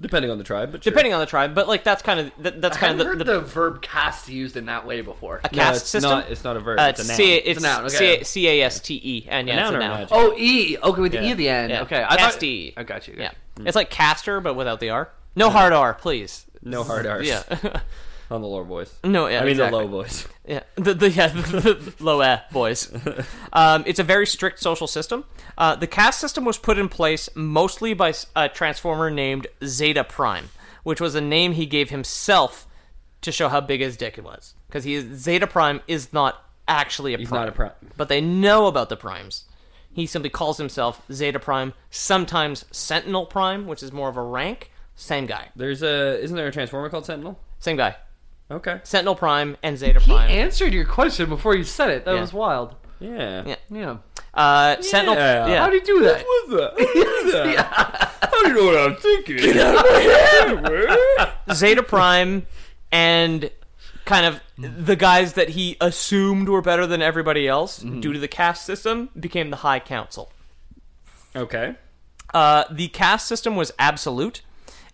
depending on the tribe. But sure.
depending on the tribe. But like that's kind of that, that's
I
kind
haven't
of
heard
the,
the, verb cast used in that way before.
a
No,
cast
it's
system.
Not, it's not a verb.
uh,
it's a noun.
C-
It's
It's
a noun, okay.
C- C-A-S-T-E, E, and yeah,
a
it's
noun or
a
an
noun.
adjective?
Oh, E. Okay, with the E
Yeah.
at the end.
Yeah.
Okay, I thought.
Cast-E. E.
I got you.
Yeah,
Got
Mm.
it's like caster but without the R. No hard R, please.
no hard R's.
Oh, Yeah,
on the lower voice.
No, yeah,
I mean
exactly.
the low voice.
yeah, the, the yeah the low eh boys. Um, it's a very strict social system. Uh, the caste system was put in place mostly by s- a transformer named Zeta Prime, which was a name he gave himself to show how big his dick was, because he is, Zeta Prime is not actually a
He's
prime,
not a prime.
but they know about the primes. He simply calls himself Zeta Prime, sometimes Sentinel Prime, which is more of a rank. Same guy,
There's a isn't there a transformer called Sentinel?
same guy.
Okay.
Sentinel Prime and Zeta
you.
Prime.
He answered your question before you said it. That
Yeah.
was wild.
Yeah.
Yeah.
Yeah.
Uh, Sentinel.
Yeah.
Yeah.
How do you do that?
What the? How do you know what I'm thinking? Get out of my head,
Zeta Prime and kind of the guys that he assumed were better than everybody else
Mm-hmm.
due to the caste system became the High Council.
Okay.
Uh, the caste system was absolute,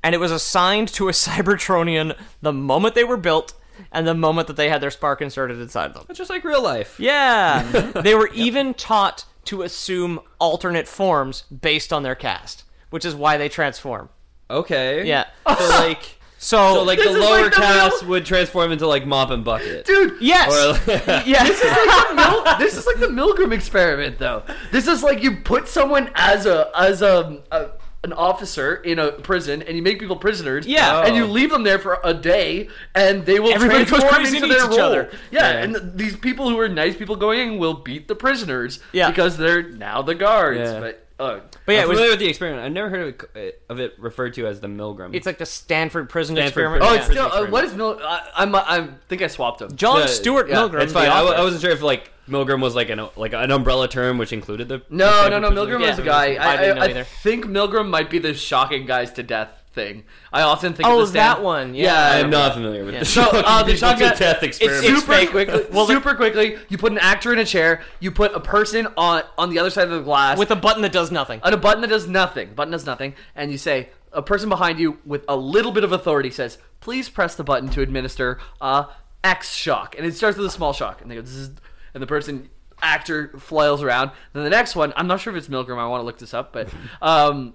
and it was assigned to a Cybertronian the moment they were built and the moment that they had their spark inserted inside them.
Just like real life.
Yeah. they were even taught to assume alternate forms based on their caste, which is why they transform.
Okay.
Yeah.
So like.
So,
So like
Oh, This
the
is
lower
like the
cast
little-
would transform into like mop and bucket.
Dude,
yes.
Or-
yes.
Mil- this is like the Milgram experiment, though. This is like you put someone as a as a, a an officer in a prison, and you make people prisoners.
Yeah.
and you leave them there for a day, and they will
Everybody goes
transform
crazy
into
and
their
eats each
role.
other.
Yeah,
Yeah.
and th- these people who are nice people going in will beat the prisoners.
Yeah.
because they're now the guards.
Yeah.
But uh,
But yeah,
I'm
it was
familiar with the experiment. I've never heard of it, of it referred to as the Milgram.
It's like the Stanford prison
Stanford
experiment.
prison
oh,
Yeah.
it's still
Prison
uh, what is Mil? I, I'm I think I swapped them.
John
Yeah,
Stewart
Uh, yeah,
Milgram.
It's fine.
the
I, wa-
author.
I wasn't sure if like Milgram was like an like an umbrella term which included the.
No,
the
no, no.
prison.
Milgram
Yeah,
was a guy.
I
I,
didn't know
I, I
either.
think Milgram might be the shocking guys to death thing. I often think.
Oh,
of the Stan-
that one, yeah.
yeah
I am not familiar with the
So, uh, the
Shocking
shotgun-
death experiment.
it's
super
fake.
quickly.
Well, the-
super quickly, you put an actor in a chair. You put a person on on the other side of the glass
with a button that does nothing.
on a button that does nothing. Button does nothing, and you say a person behind you with a little bit of authority says, "Please press the button to administer uh, X shock," and it starts with a small shock, and they go, Zzz, and the person actor flails around. Then the next one, I'm not sure if it's Milgram. I want to look this up, but. Um,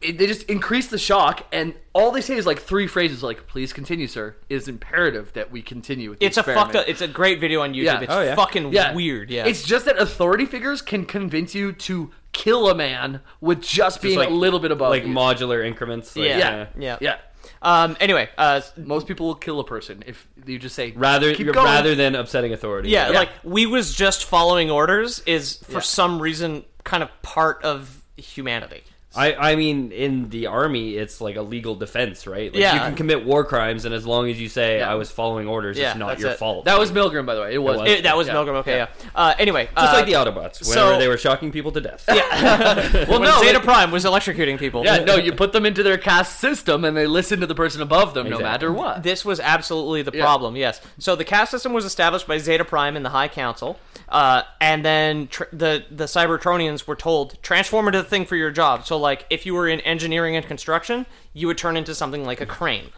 it, they just increase the shock, and all they say is like three phrases, like "Please continue, sir." It is imperative that we continue with the
it's a
experiment.
fucked up. It's a great video on YouTube.
Yeah.
It's
Oh,
yeah.
fucking weird. Yeah.
It's just that authority figures can convince you to kill a man with just, being
like-
a little bit above
like
you.
modular increments. Like,
yeah.
uh,
Yeah.
yeah.
Um. Anyway. Uh. s-
Most people will kill a person if you just say
Rather,
Keep
you're-
going.
rather than upsetting authority.
Yeah,
Yeah.
Like we was just following orders is for some reason kind of part of humanity.
I, I mean, in the army, it's like a legal defense, right? Like,
Yeah.
you can commit war crimes, and as long as you say
Yeah.
I was following orders,
Yeah,
it's not
that's
your
it.
fault.
That was Milgram, by the way. It was.
was.
It- that was
Yeah.
Milgram. Okay. Yeah. Uh. Anyway.
just like the
uh,
Autobots, whenever
so-
they were shocking people to death.
Well,
when
no,
Zeta
like-
Prime was electrocuting people.
yeah, no. You put them into their caste system, and they listen to the person above them, no
Exactly.
matter what.
This was absolutely the problem. Yes. So the caste system was established by Zeta Prime and the High Council, uh, and then tr- the the Cybertronians were told transform into the thing for your job. So like if you were in engineering and construction, you would turn into something like a crane.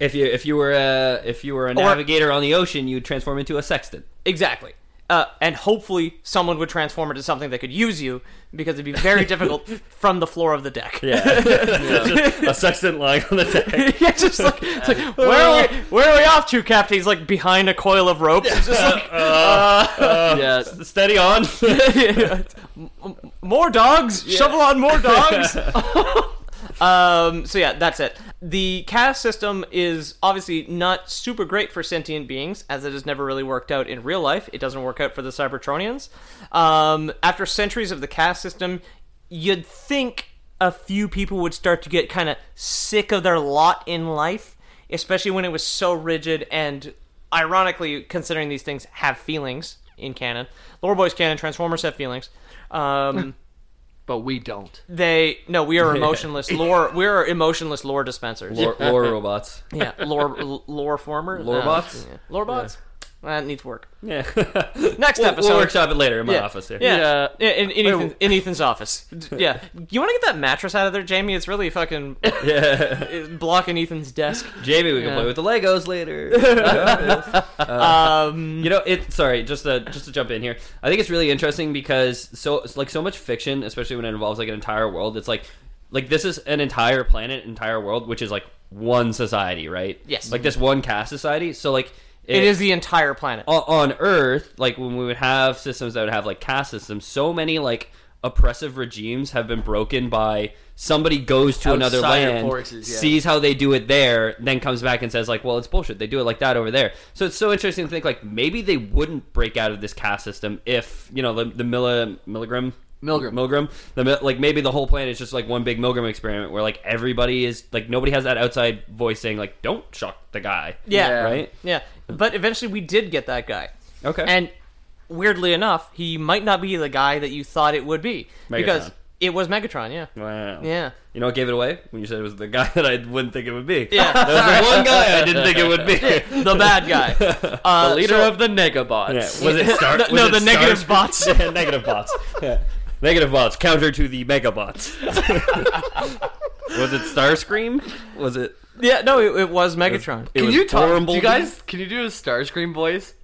If you if you were a if you were a navigator on the ocean, you'd transform into a sextant.
Exactly. Uh, and hopefully someone would transform into something that could use you because it'd be very difficult from the floor of the deck.
a sextant lying on the deck.
Yeah, just like, it's like where, are we, where are we off to, Captain? He's like behind a coil of rope. It's just like,
yeah,
Steady on.
more dogs shovel on more dogs um, so yeah that's it the caste system is obviously not super great for sentient beings as it has never really worked out in real life it doesn't work out for the cybertronians um, after centuries of the caste system you'd think a few people would start to get kind of sick of their lot in life especially when it was so rigid and ironically considering these things have feelings in canon lower boys canon transformers have feelings um,
but we don't.
they no, we are emotionless lore. We are emotionless lore dispensers.
Lore, lore robots.
Yeah, lore l- lore former
Lore bots?
yeah. lore bots. That needs work.
Yeah.
Next
we'll,
episode.
we'll workshop it later in my
yeah.
office here.
Yeah, yeah. In, in, Ethan, in Ethan's office. D- Yeah, you want to get that mattress out of there, Jamie? It's really fucking it's blocking Ethan's desk.
Jamie, we can play with the Legos later. um, you know, it. Sorry, just to just to jump in here. I think it's really interesting because so it's like so much fiction, especially when it involves like an entire world. It's like like this is an entire planet, entire world, which is like one society, right?
Yes.
Like this one caste society. So like
It is the entire planet.
o- on Earth, like when we would have systems that would have like caste systems, so many like oppressive regimes have been broken by somebody goes to another
Outsider
land,
forces, yeah.
sees how they do it there, then comes back and says like, "Well, it's bullshit. They do it like that over there." So it's so interesting to think like maybe they wouldn't break out of this caste system if you know the, the Milla, Milgram.
Milgram.
Milgram. The, mi- like maybe the whole planet is just like one big Milgram experiment where like everybody is like nobody has that outside voice saying like don't shock the guy.
Yeah.
Right.
Yeah, but eventually we did get that guy.
Okay.
And weirdly enough, he might not be the guy that you thought it would be because
Megatron.
it was Megatron. Yeah.
Wow.
Yeah.
You know what gave it away? When you said it was the guy that I wouldn't think it would be.
Yeah.
That was the one guy I didn't think it would be.
The bad guy. Uh,
The leader
so-
of the Negabots.
Yeah. Was it Star?
No,
was
no,
it
the
Star-
negative bots.
Yeah, negative bots. Yeah. Negative bots counter to the mega bots. was it Starscream? Was it?
Yeah, no, it, it was Megatron.
it
Can
was
you talk?
Borombaldi?
Do you guys? Can you do a Starscream voice?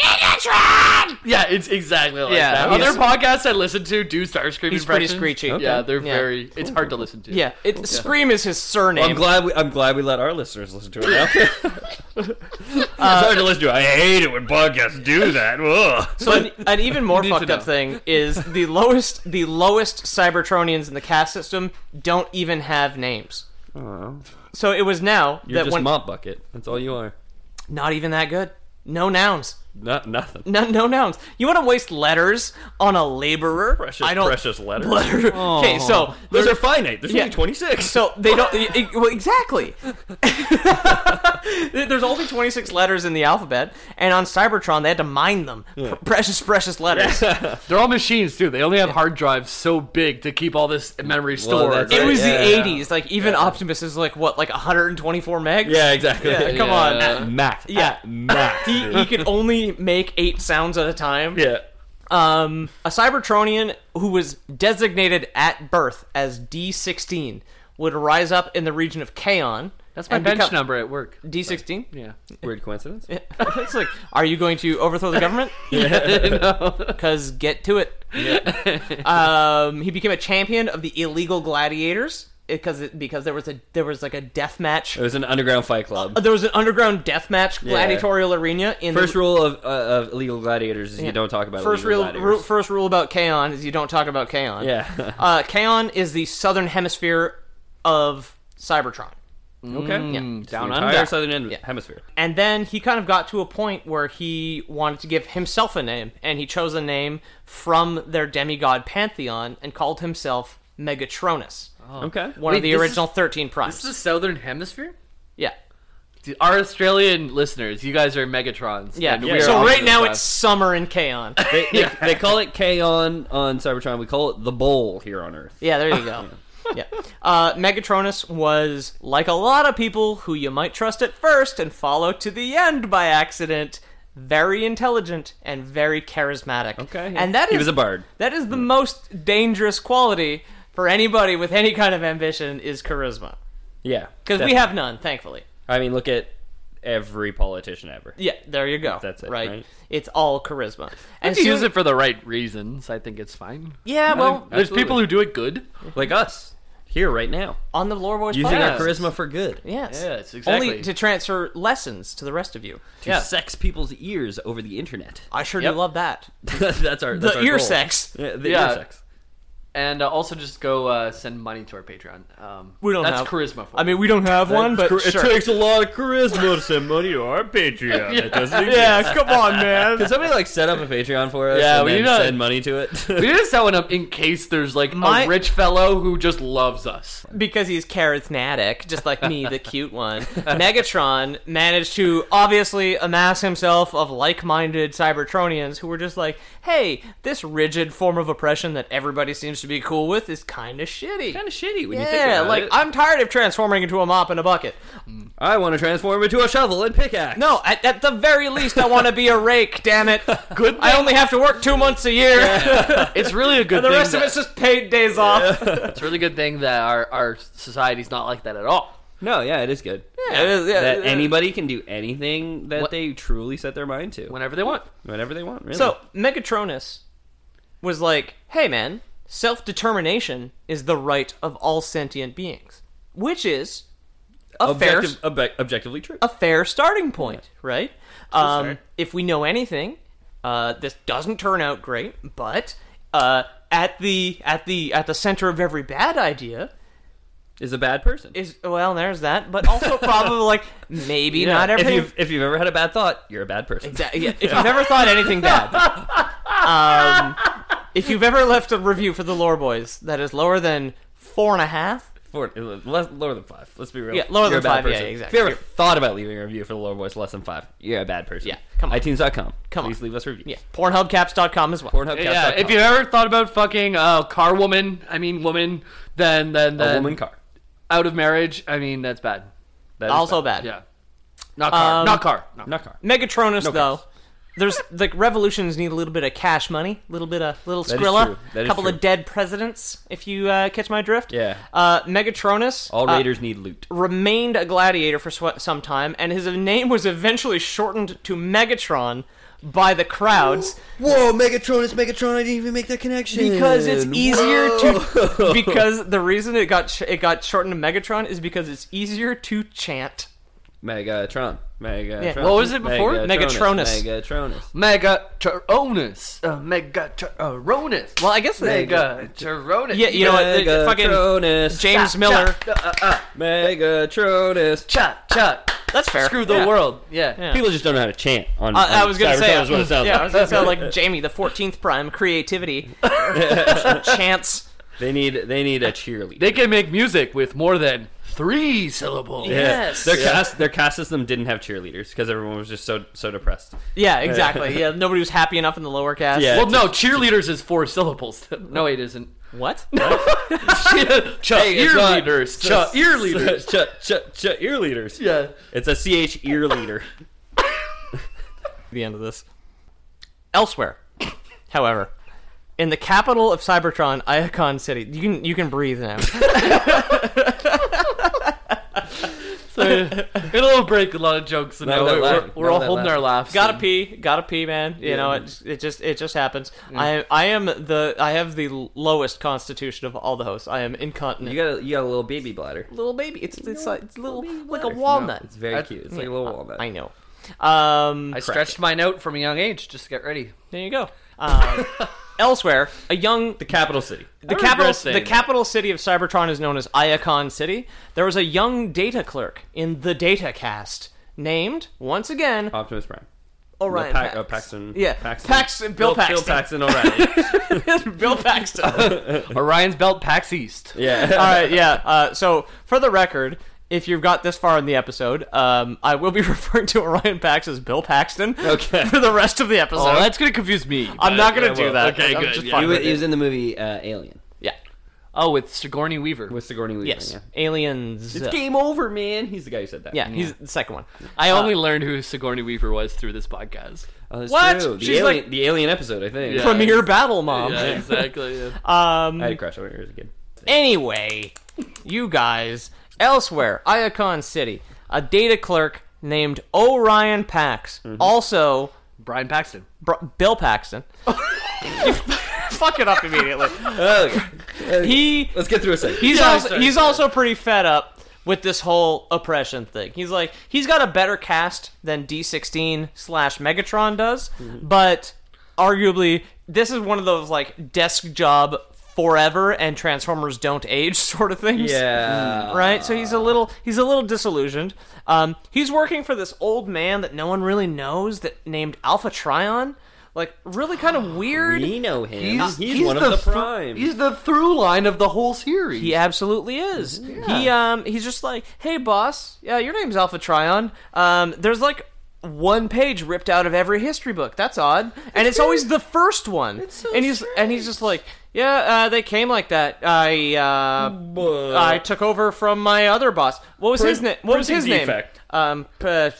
Megatron. Yeah, it's exactly like
Yeah,
that.
yes.
Other podcasts I listen to do Starscream
He's pretty
impressions.
screechy.
Yeah,
Okay.
they're
Yeah.
very. It's hard to listen to.
yeah, it, Scream is his surname.
I'm glad we I'm glad we let our listeners listen to it now. it's hard to listen to. I hate it when podcasts do that. Ugh.
So an, an even more
need to
fucked up
know.
thing is the lowest the lowest Cybertronians in the caste system don't even have names. So it was now
You're
that
just
when
mop bucket. That's all you are.
not even that good. No nouns.
Not nothing.
No, no nouns. You want to waste letters on a laborer?
Precious,
I don't.
precious letters.
Okay, so
Those
there-
are finite. There's
Yeah.
only 26.
So they don't. e- e- well, exactly. There's only 26 letters in the alphabet, and on Cybertron they had to mine them. Pr- precious, precious letters.
they're all machines too. They only have hard drives so big to keep all this memory stored.
that's
It
right.
was
Yeah.
the 80s. Like even Optimus is like what, like 124 megs?
yeah, Uh, exactly.
Yeah, come
Yeah.
on.
Max.
Yeah.
Max.
He, he could only make eight sounds at a time.
yeah.
Um, a Cybertronian who was designated at birth as D16 would rise up in the region of Kaon.
That's my
and
bench
become-
number at work.
D16?
Yeah.
Weird coincidence.
it's like, are you going to overthrow the government? Because get to it. um, he became a champion of the illegal gladiators because it, because there was a there was like a death match. Oh,
It was an underground fight club.
There was an underground death match gladiatorial arena in
First
the,
rule of, uh, of illegal gladiators is you don't talk about
First
illegal
real ru-
gladiators.
first rule about Kaon is you don't talk about Kaon.
Yeah.
uh, Kaon is the southern hemisphere of Cybertron.
okay.
Yeah.
Down
under.
Entire southern end
Mm, Yeah.
hemisphere.
And then he kind of got to a point where he wanted to give himself a name, and he chose a name from their demigod pantheon and called himself Megatronus, one
Okay.
of
Oh. Wait,
the
this
original
is-
13 primes.
This is the Southern Hemisphere.
yeah.
The- Our Australian listeners, you guys are Megatrons.
Yeah.
and we are
So right
opposite
now
sides.
it's summer in Kaon.
They, they, they call it K on on Cybertron. We call it the Bowl here on Earth.
Yeah, there you go. yeah. Uh, Megatronus was, like a lot of people who you might trust at first and follow to the end by accident, very intelligent and very charismatic.
Okay, yeah.
And that is
He was a bard. Mm.
That is the most dangerous quality for anybody with any kind of ambition is charisma.
Yeah.
Because we have none, thankfully.
I mean, look at every politician ever.
Yeah, there you go.
That's it, right?
It's all charisma. And
If you
soon-
use it for the right reasons, I think it's fine.
Yeah, well,
There's
Absolutely.
people who do it good.
Like us here right now,
on the Lore Boys
using
podcast.
our charisma for good.
Yes.
Yes, exactly.
Only to transfer lessons to the rest of you.
To sex people's ears over the internet.
I sure
Yep.
do love that.
that's our
The
that's our
ear
goal.
sex.
Yeah, the
Yeah.
ear sex.
And uh, also just go uh, send money to our Patreon. Um,
We don't
that's
have
charisma for
I mean, we don't have one, but
It
sure.
takes a lot of charisma to send money to our Patreon. It doesn't exist.
yeah, come on, man.
Can somebody like set up a Patreon for us?
Yeah,
and
we
then
need to-
send money to it.
we need to set one up in case there's like
My-
a rich fellow who just loves us.
because he's charismatic, just like me, the cute one. Megatron managed to obviously amass himself of like-minded Cybertronians who were just like, "Hey, this rigid form of oppression that everybody seems to to be cool with is kind of shitty.
Kind of shitty when you think
yeah,
about
like
it.
I'm tired of transforming into a mop and a bucket.
I want to transform into a shovel and pickaxe.
No, at, at the very least, I want to be a rake. Damn it!
Good
I only have to work two months a year.
It's really a
And
good.
the
thing
rest of
that-
it's just paid days off.
It's a really good thing that our our society's not like that at all.
no, yeah, it is good.
Yeah, it is- yeah,
that
it is.
anybody can do anything that
What-
they truly set their mind to,
Whenever they want.
whenever they want. Really.
So Megatronus was like, "Hey, man, self-determination is the right of all sentient beings, which is a fair
Objective, obje- objectively true.
a fair starting point, right? Um, if we know anything, uh, this doesn't turn out great, but uh, at the at the at the center of every bad idea
is a bad person.
is well, there's that, but also probably like maybe
Yeah,
not
if
everything.
you've, if you've ever had a bad thought, you're a bad person.
Exa- yeah, if you've ever thought anything bad, um, if you've ever left a review for the Lore Boys that is lower than four and a half,
Four, less, lower than five. Let's be real.
Yeah, lower
You're
than
a bad
five, yeah,
person.
exactly.
If you ever
You're-
thought about leaving a review for the lower voice less than five, you're a bad person.
Yeah, come on.
iTunes.com.
Come on.
Please leave us a review.
yeah, PornhubCaps.com as well.
Pornhubcast.com.
Yeah, uh, if you ever thought about fucking uh, car woman, I mean woman, then then,
a
then
woman car.
out of marriage, I mean that's bad.
That is
also bad.
bad.
Yeah, not car,
Um,
not car. No.
Not car.
Megatronus
No
though.
cars.
There's like revolutions need a little bit of cash money, a little bit of little
That is
Skrilla,
true. That
a
is
couple
true.
of dead presidents, if you uh, catch my drift.
Yeah.
Uh, Megatronus
All
uh,
Raiders need loot.
remained a gladiator for sw- some time, and his name was eventually shortened to Megatron by the crowds
Whoa, Megatron is Megatron. I didn't even make that connection.
because it's easier to because the reason it got sh- it got shortened to Megatron is because it's easier to chant.
Megatron. Megatron.
Yeah. What
was it before?
Megatronus.
Megatronus.
Megatronus, uh, Megatronus. uh,
Well, I guess they
Megatronus.
Yeah, you know what? the- Fucking
Megatronus.
James Miller.
Megatronus.
uh, cha cha.
That's fair.
Screw the
Yeah.
world. Yeah.
People just don't know how to chant on.
Uh,
on
I was gonna
Cybertron
say,
is what it sounds
yeah, I
like.
was gonna sound like Jamie, the fourteenth prime, creativity, chance.
They need they need a cheerleader.
They can make music with more than three syllables.
Yeah.
Yes.
Their cast their cast system didn't have cheerleaders because everyone was just so so depressed.
Yeah, exactly. Yeah, nobody was happy enough in the lower cast.
Yeah.
Well, no, cheerleaders is four syllables. No, it isn't.
What?
Cha
it's
ear
not-
leaders. Cha ear leaders.
ch ch ch ear leaders.
Yeah.
It's a ch ear leader.
the end of this. Elsewhere, however, in the capital of Cybertron, Iacon City, you can you can breathe now.
It'll break a lot of jokes, and
Not
now
that
we're,
laugh.
we're, we're
Not
all
that
holding
laugh.
our laughs.
gotta
and-
pee, gotta pee, man. You know, it, it just it just happens. I I am the I have the lowest constitution of all the hosts. I am incontinent.
You got a, you got a little baby bladder.
little baby. It's it's like it's little like a
No,
walnut.
it's very cute. It's like a little walnut.
I know. Um,
I stretched mine out from a young age just to get ready.
there you go. Um, elsewhere, a young
The capital city.
the capital the capital city of Cybertron is known as Iacon City. There was a young data clerk in the data cast named once again
Optimus Prime.
Orion
No, Pa-
Pax-
uh, Paxton.
Yeah,
Paxton.
Paxton- Bill
Bill Paxton O'Reilly.
Bill Paxton.
Orion's belt, Pax East.
yeah.
All right, yeah. Uh, so for the record. If you've got this far in the episode, um, I will be referring to Orion Pax as Bill Paxton
Okay.
for the rest of the episode.
Oh, that's gonna confuse me.
I'm not going to
Okay,
do
well,
that.
okay,
I'm
good,
just
yeah.
fine
He
with
was, he
it.
was in the movie uh, Alien
Yeah.
oh, with Sigourney Weaver.
with Sigourney Weaver.
Yes.
yeah.
Aliens.
It's game over, man. He's the guy who said that.
yeah, he's the second one.
I only learned who Sigourney Weaver was through this podcast.
Oh, that's
What?
true. The
She's
alien,
like-
the alien episode, I think.
Yeah.
Premier Battle Mom.
Yeah, exactly. yeah.
I had a crush on her as a kid.
Anyway, you guys, elsewhere, Iacon City, a data clerk named Orion Pax, also
Brian Paxton.
Br- Bill Paxton. You fuck it up immediately. He
Let's get through a second.
he's
Yeah,
also
sorry,
he's
sorry.
also pretty fed up with this whole oppression thing. He's like he's got a better cast than D sixteen slash Megatron does,
Mm-hmm.
but arguably this is one of those like desk job forever and Transformers don't age sort of things.
yeah.
Right, so he's a little he's a little disillusioned. Um, he's working for this old man that no one really knows that named Alpha Trion, like really kind of weird.
We know him.
Ah,
He's, one of the
thr-
prime.
he's the through line of the whole series.
He absolutely is. He um he's just like, hey boss, yeah, your name's Alpha Trion. Um, there's like one page ripped out of every history book. That's odd. And it's always the first one. and he's and he's just like, yeah, uh, they came like that. I uh, I took over from my other boss. What was his name? What was his
printing
name?
defect.
Um, p-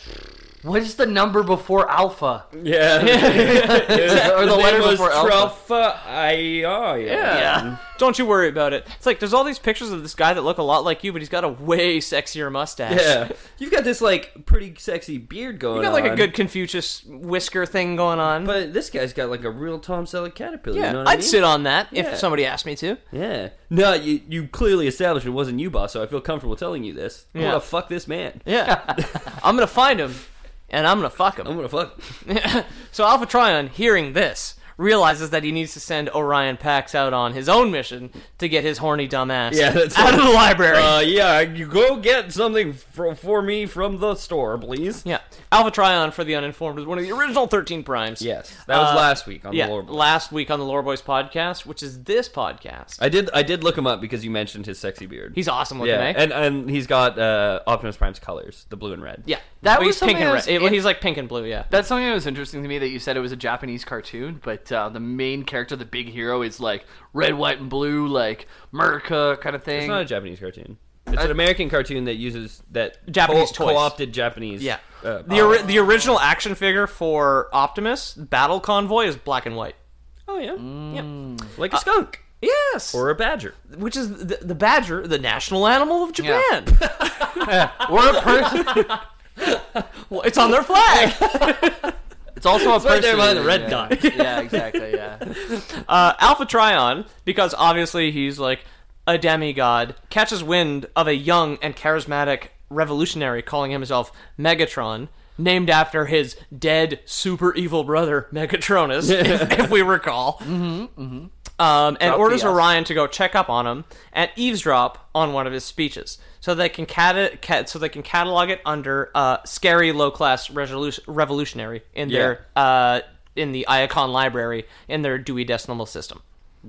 What is the number before alpha?
Yeah.
Or the letter before alpha?
yeah.
yeah. Don't you worry about it. It's like there's all these pictures of this guy that look a lot like you, but he's got a way sexier mustache.
Yeah. You've got this like pretty sexy beard going
You got like
on,
a good Confucius whisker thing going on.
But this guy's got like a real Tom Selleck caterpillar.
yeah,
you know what I
I'd
mean?
sit on that
Yeah.
if somebody asked me to.
Yeah. No, you, you clearly established it wasn't you, boss, so I feel comfortable telling you this. I'm
Yeah.
gonna fuck this man.
Yeah. I'm gonna find him and I'm gonna fuck him.
I'm gonna fuck.
So Alpha Trion, hearing this, realizes that he needs to send Orion Pax out on his own mission to get his horny dumbass
Yeah, that's
out of the library.
Uh, yeah, you go get something for, for me from the store, please.
yeah, Alpha Trion for the uninformed is one of the original thirteen primes.
Yes, that was
Uh,
last week on
yeah.
the Lord.
Last week on the Lore Boys podcast, which is this podcast,
I did I did look him up because you mentioned his sexy beard.
he's awesome looking.
yeah,
eh?
and and he's got uh, Optimus Prime's colors, the blue and red.
yeah, that
Well,
was
he's something
pink and red.
that's in-
he's like pink and blue. Yeah,
That's something that was interesting to me that you said it was a Japanese cartoon, but uh, the main character, the big hero, is like red, white, and blue, like Merca kind of thing.
It's not a Japanese cartoon. It's an American cartoon that uses that
Japanese
co-
toys.
co-opted Japanese.
yeah.
uh,
the ori- the original action figure for Optimus Battle Convoy is black and white.
oh yeah, yeah, like a skunk
Yes,
or a badger.
which is the, the badger, the national animal of Japan.
or a person.
Well, it's on their flag.
It's also a
right
person.
there by the red
yeah.
dot.
Yeah, exactly. Yeah.
uh, Alpha Trion, because obviously he's like a demigod, catches wind of a young and charismatic revolutionary calling himself Megatron, named after his dead super evil brother Megatronus, if, if we recall. Mm-hmm, mm-hmm. Um, and orders
the S.
Orion to go check up on him and eavesdrop on one of his speeches, so they can cata- cat so they can catalog it under uh, scary low class resolu- revolutionary in
Yeah.
their uh, in the Iacon library in their Dewey Decimal System.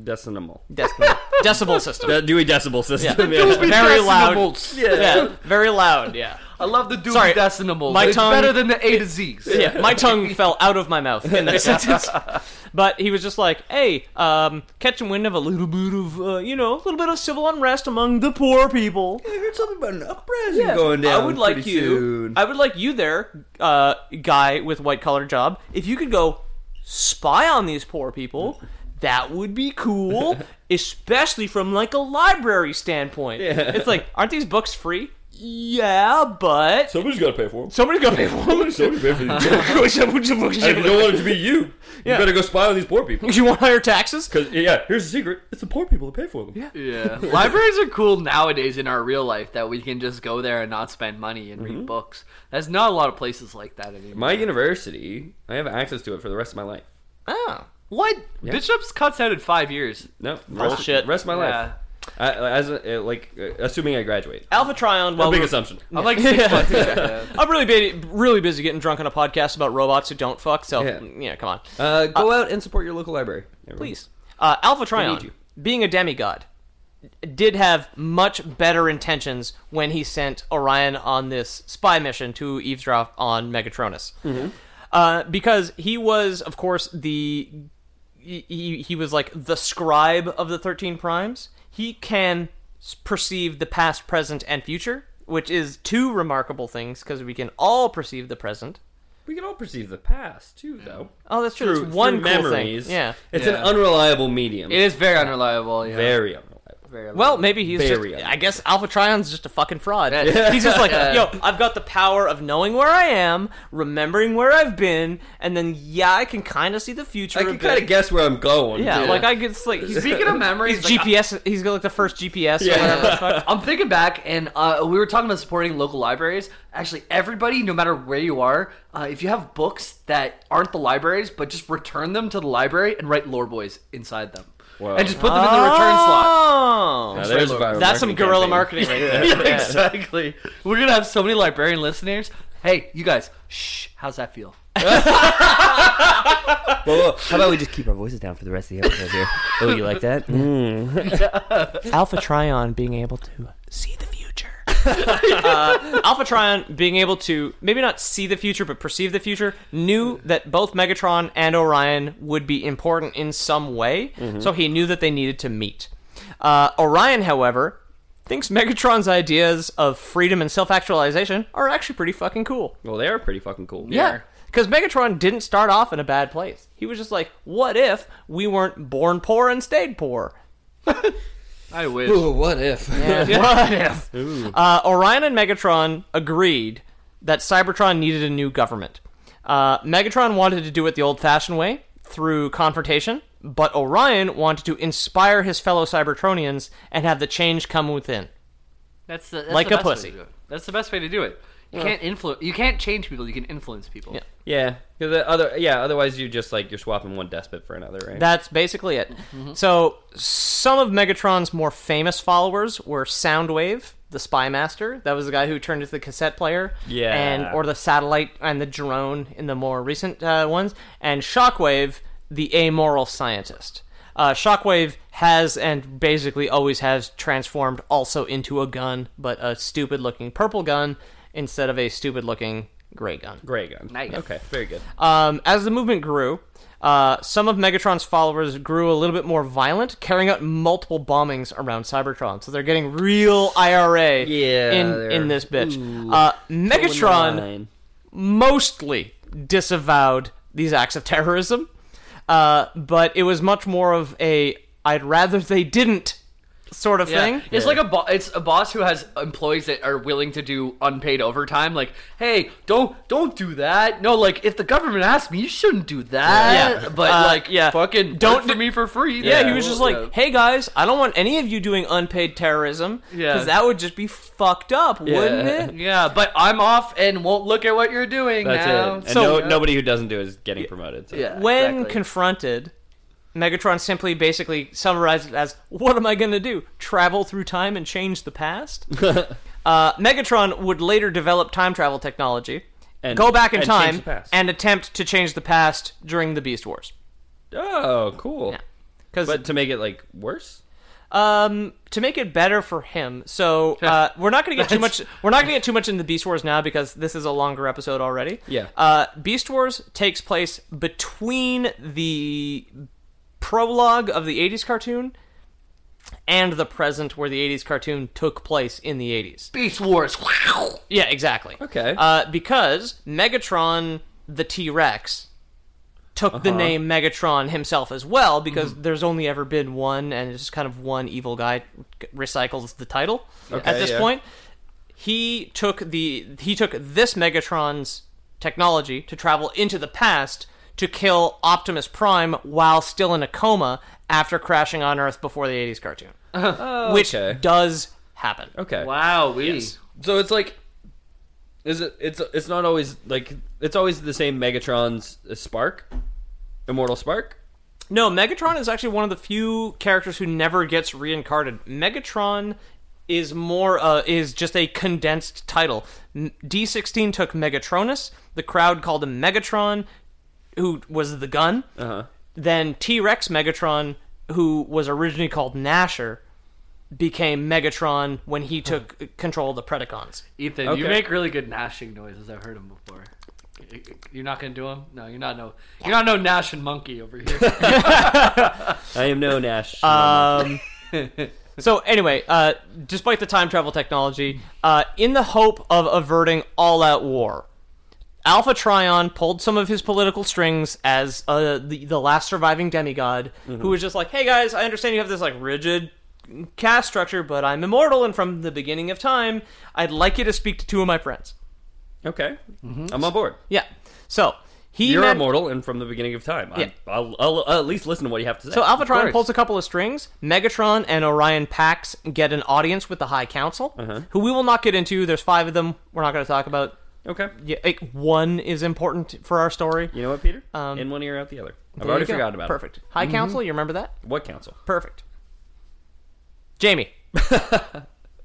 Decimal.
Decimal, decimal system.
The Dewey Decibel System.
Yeah.
Yeah.
Very loud.
Decimals.
Yeah. very loud. Yeah.
I love the Dewey
Sorry,
Decimal.
my
it's
tongue-
better than the A to Z's.
Yeah, my tongue fell out of my mouth in that sentence. But he was just like, "Hey, um, catching wind of a little bit of, uh, you know, a little bit of civil unrest among the poor people.
I heard something about an uprising going down.
I would like
pretty
you.
soon.
I would like you there, uh, guy with white collar job. If you could go spy on these poor people, that would be cool, especially from like a library standpoint. It's like, aren't these books free? Yeah, but
Somebody's got to pay for him.
somebody's gonna pay for them.
Somebody pay for these books. If you don't want it to be you, you better go spy on these poor people.
you want higher taxes?
Because yeah, here's the secret: it's the poor people that pay for them. Yeah.
Yeah. Libraries are cool nowadays in our real life that we can just go there and not spend money and read books. There's not a lot of places like that anymore.
My university, I have access to it for the rest of my life.
Oh.
what? Bishop's cuts out in five years.
No
Bullshit.
Rest, rest of my
Yeah.
life. I, as a, uh, like uh, assuming I graduate.
Alpha Trion. Well,
Big
we're-
assumption.
I'm like six months ago.
I'm really busy, really busy getting drunk on a podcast about robots who don't fuck. So
Yeah.
yeah, come on,
Uh, go out and support your local library, Everyone.
please. Uh, Alpha
need
Trion,
you.
being a demigod, did have much better intentions when he sent Orion on this spy mission to eavesdrop on Megatronus,
Mm-hmm.
uh, because he was, of course, the he- he, he was like the scribe of the 13 primes. He can s- perceive the past, present, and future, which is two remarkable things because we can all perceive the present.
We can all perceive the past too, though.
Oh, that's true. It's one cool thing.
memories.
Yeah.
it's an
Yeah.
unreliable medium.
It is very unreliable. Yeah.
very unreliable.
Well, maybe he's
Very
just.
un-
I guess Alpha Trion's just a fucking fraud. He's just like, yo, I've got the power of knowing where I am, remembering where I've been, and then yeah, I can kind of see the future.
I
a
can
bit.
kind of guess where I'm going.
Yeah,
too.
like I could. Like he's,
Speaking of memories,
he's
like,
GPS. he's got like the first GPS. Or whatever. the fuck.
I'm thinking back, and uh, we were talking about supporting local libraries. Actually, everybody, no matter where you are, uh, if you have books that aren't the libraries, but just return them to the library and write lore boys inside them, and just put them in the return slot.
Oh,
Now, there's a viral
that's some
marketing
guerrilla
campaign.
marketing right there.
Yeah, exactly. We're gonna have so many librarian listeners. Hey, you guys, shh. How's that feel?
Well, how about we just keep our voices down for the rest of the episode here? Oh, you like that?
Alpha Trion being able to see the future. Alphatron Uh, being able to maybe not see the future but perceive the future knew that both Megatron and Orion would be important in some way, so he knew that they needed to meet. Uh, Orion, however, thinks Megatron's ideas of freedom and self-actualization are actually pretty fucking cool.
Well, they are pretty fucking cool.
Yeah. Because Megatron didn't start off in a bad place. He was just like, what if we weren't born poor and stayed poor?
I wish.
Ooh, what if?
What if? Uh, Orion and Megatron agreed that Cybertron needed a new government. Uh, Megatron wanted to do it the old fashioned way, through confrontation, but Orion wanted to inspire his fellow Cybertronians and have the change come within.
That's the that's
Like
the
a
best way
pussy.
to do it. That's the best way to do it. You can't influence. You can't change people. You can influence people.
Yeah.
Yeah, 'cause the other yeah. Otherwise, you just like you're swapping one despot for another, right? Mm-hmm.
That's basically it. So, some of Megatron's more famous followers were Soundwave, the spy master. That was the guy who turned into the cassette player.
Yeah.
And or the satellite and the drone in the more recent uh, ones, and Shockwave, the amoral scientist. Uh, Shockwave has and basically always has transformed also into a gun, but a stupid looking purple gun instead of a stupid looking gray gun.
Gray gun.
Nice.
Okay, very good.
Um, as the movement grew, uh, some of Megatron's followers grew a little bit more violent, carrying out multiple bombings around Cybertron. So they're getting real IRA
Yeah,
in
they're-
in this bitch. uh, Megatron
Nine.
mostly disavowed these acts of terrorism, uh, but it was much more of a "I'd rather they didn't" sort of
Yeah.
thing.
It's like a bo- it's a boss who has employees that are willing to do unpaid overtime. Like, hey, don't don't do that. No, like if the government asks me, you shouldn't do that.
Yeah.
But
Uh,
like,
yeah.
fucking
Don't
don't do
do-
me for free.
Yeah,
then.
he was just
Well,
like,
yeah.
"Hey guys, I don't want any of you doing unpaid terrorism because
Yeah.
that would just be fucked up, wouldn't
Yeah.
it?"
Yeah, but I'm off and won't look at what you're doing
That's
now.
it. And
So- uh,
no, nobody who doesn't do it is getting promoted. So.
Yeah,
when
exactly.
confronted, Megatron simply basically summarized it as, "What am I going to do? Travel through time and change the past?" uh, Megatron would later develop time travel technology,
And-
go back in
and change
time,
the past.
and attempt to change the past during the Beast Wars.
Oh, cool.
Because
But to make it like worse.
Um, to make it better for him, so uh, we're not going to get too much. We're not going to get too much into Beast Wars now because this is a longer episode already.
Yeah.
Uh, Beast Wars takes place between the prologue of the '80s cartoon and the present, where the '80s cartoon took place in the '80s.
Beast Wars. Wow.
Yeah, exactly.
Okay.
Uh, because Megatron, the T Rex, took the
Uh-huh.
name Megatron himself as well, because
Mm-hmm.
there's only ever been one, and it's just kind of one evil guy recycles the title at this
yeah.
point. He took the he took this Megatron's technology to travel into the past to kill Optimus Prime while still in a coma after crashing on Earth before the 80s cartoon, which
Oh, okay.
does happen.
Okay.
Wow, we.
So it's like, is it? It's it's not always like it's always the same Megatron's uh, spark, immortal spark.
No, Megatron is actually one of the few characters who never gets reincarnated. Megatron is more uh, is just a condensed title. M- D16 took Megatronus. The crowd called him Megatron, who was the gun. Uh-huh. Then T Rex Megatron, who was originally called Nasher, became Megatron when he took control of the Predacons.
Ethan,
Okay.
you make really good gnashing noises. I've heard them before. You're not gonna do them? No, you're not. No, you're not no gnashing monkey over here.
I am no Nash.
Uh, So anyway, uh, despite the time travel technology, uh, in the hope of averting all-out war, Alpha Trion pulled some of his political strings as uh, the the last surviving demigod,
Mm-hmm.
who was just like, "Hey guys, I understand you have this like rigid caste structure, but I'm immortal, and from the beginning of time, I'd like you to speak to two of my friends."
okay,
mm-hmm.
I'm on board.
Yeah. So he
You're
man-
immortal, and from the beginning of time,
Yeah.
I, I'll, I'll, I'll at least listen to what you have to say.
So Alphatron
course.
pulls a couple of strings. Megatron and Orion Pax get an audience with the High Council, who we will not get into. There's five of them. We're not going to talk about.
okay,
Yeah, like, one is important for our story.
you know what, Peter?
Um,
In one ear, out the other. I've already forgotten about
Perfect. High Council. You remember that?
it. What council?
Perfect. Jamie,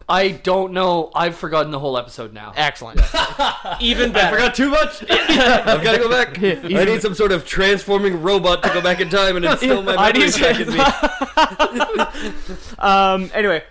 I don't know. I've forgotten the whole episode now.
excellent. Even better.
too much. I've got to go back. I need some sort of transforming robot to go back in time and instill my
I need
memories back in me.
Um, anyway,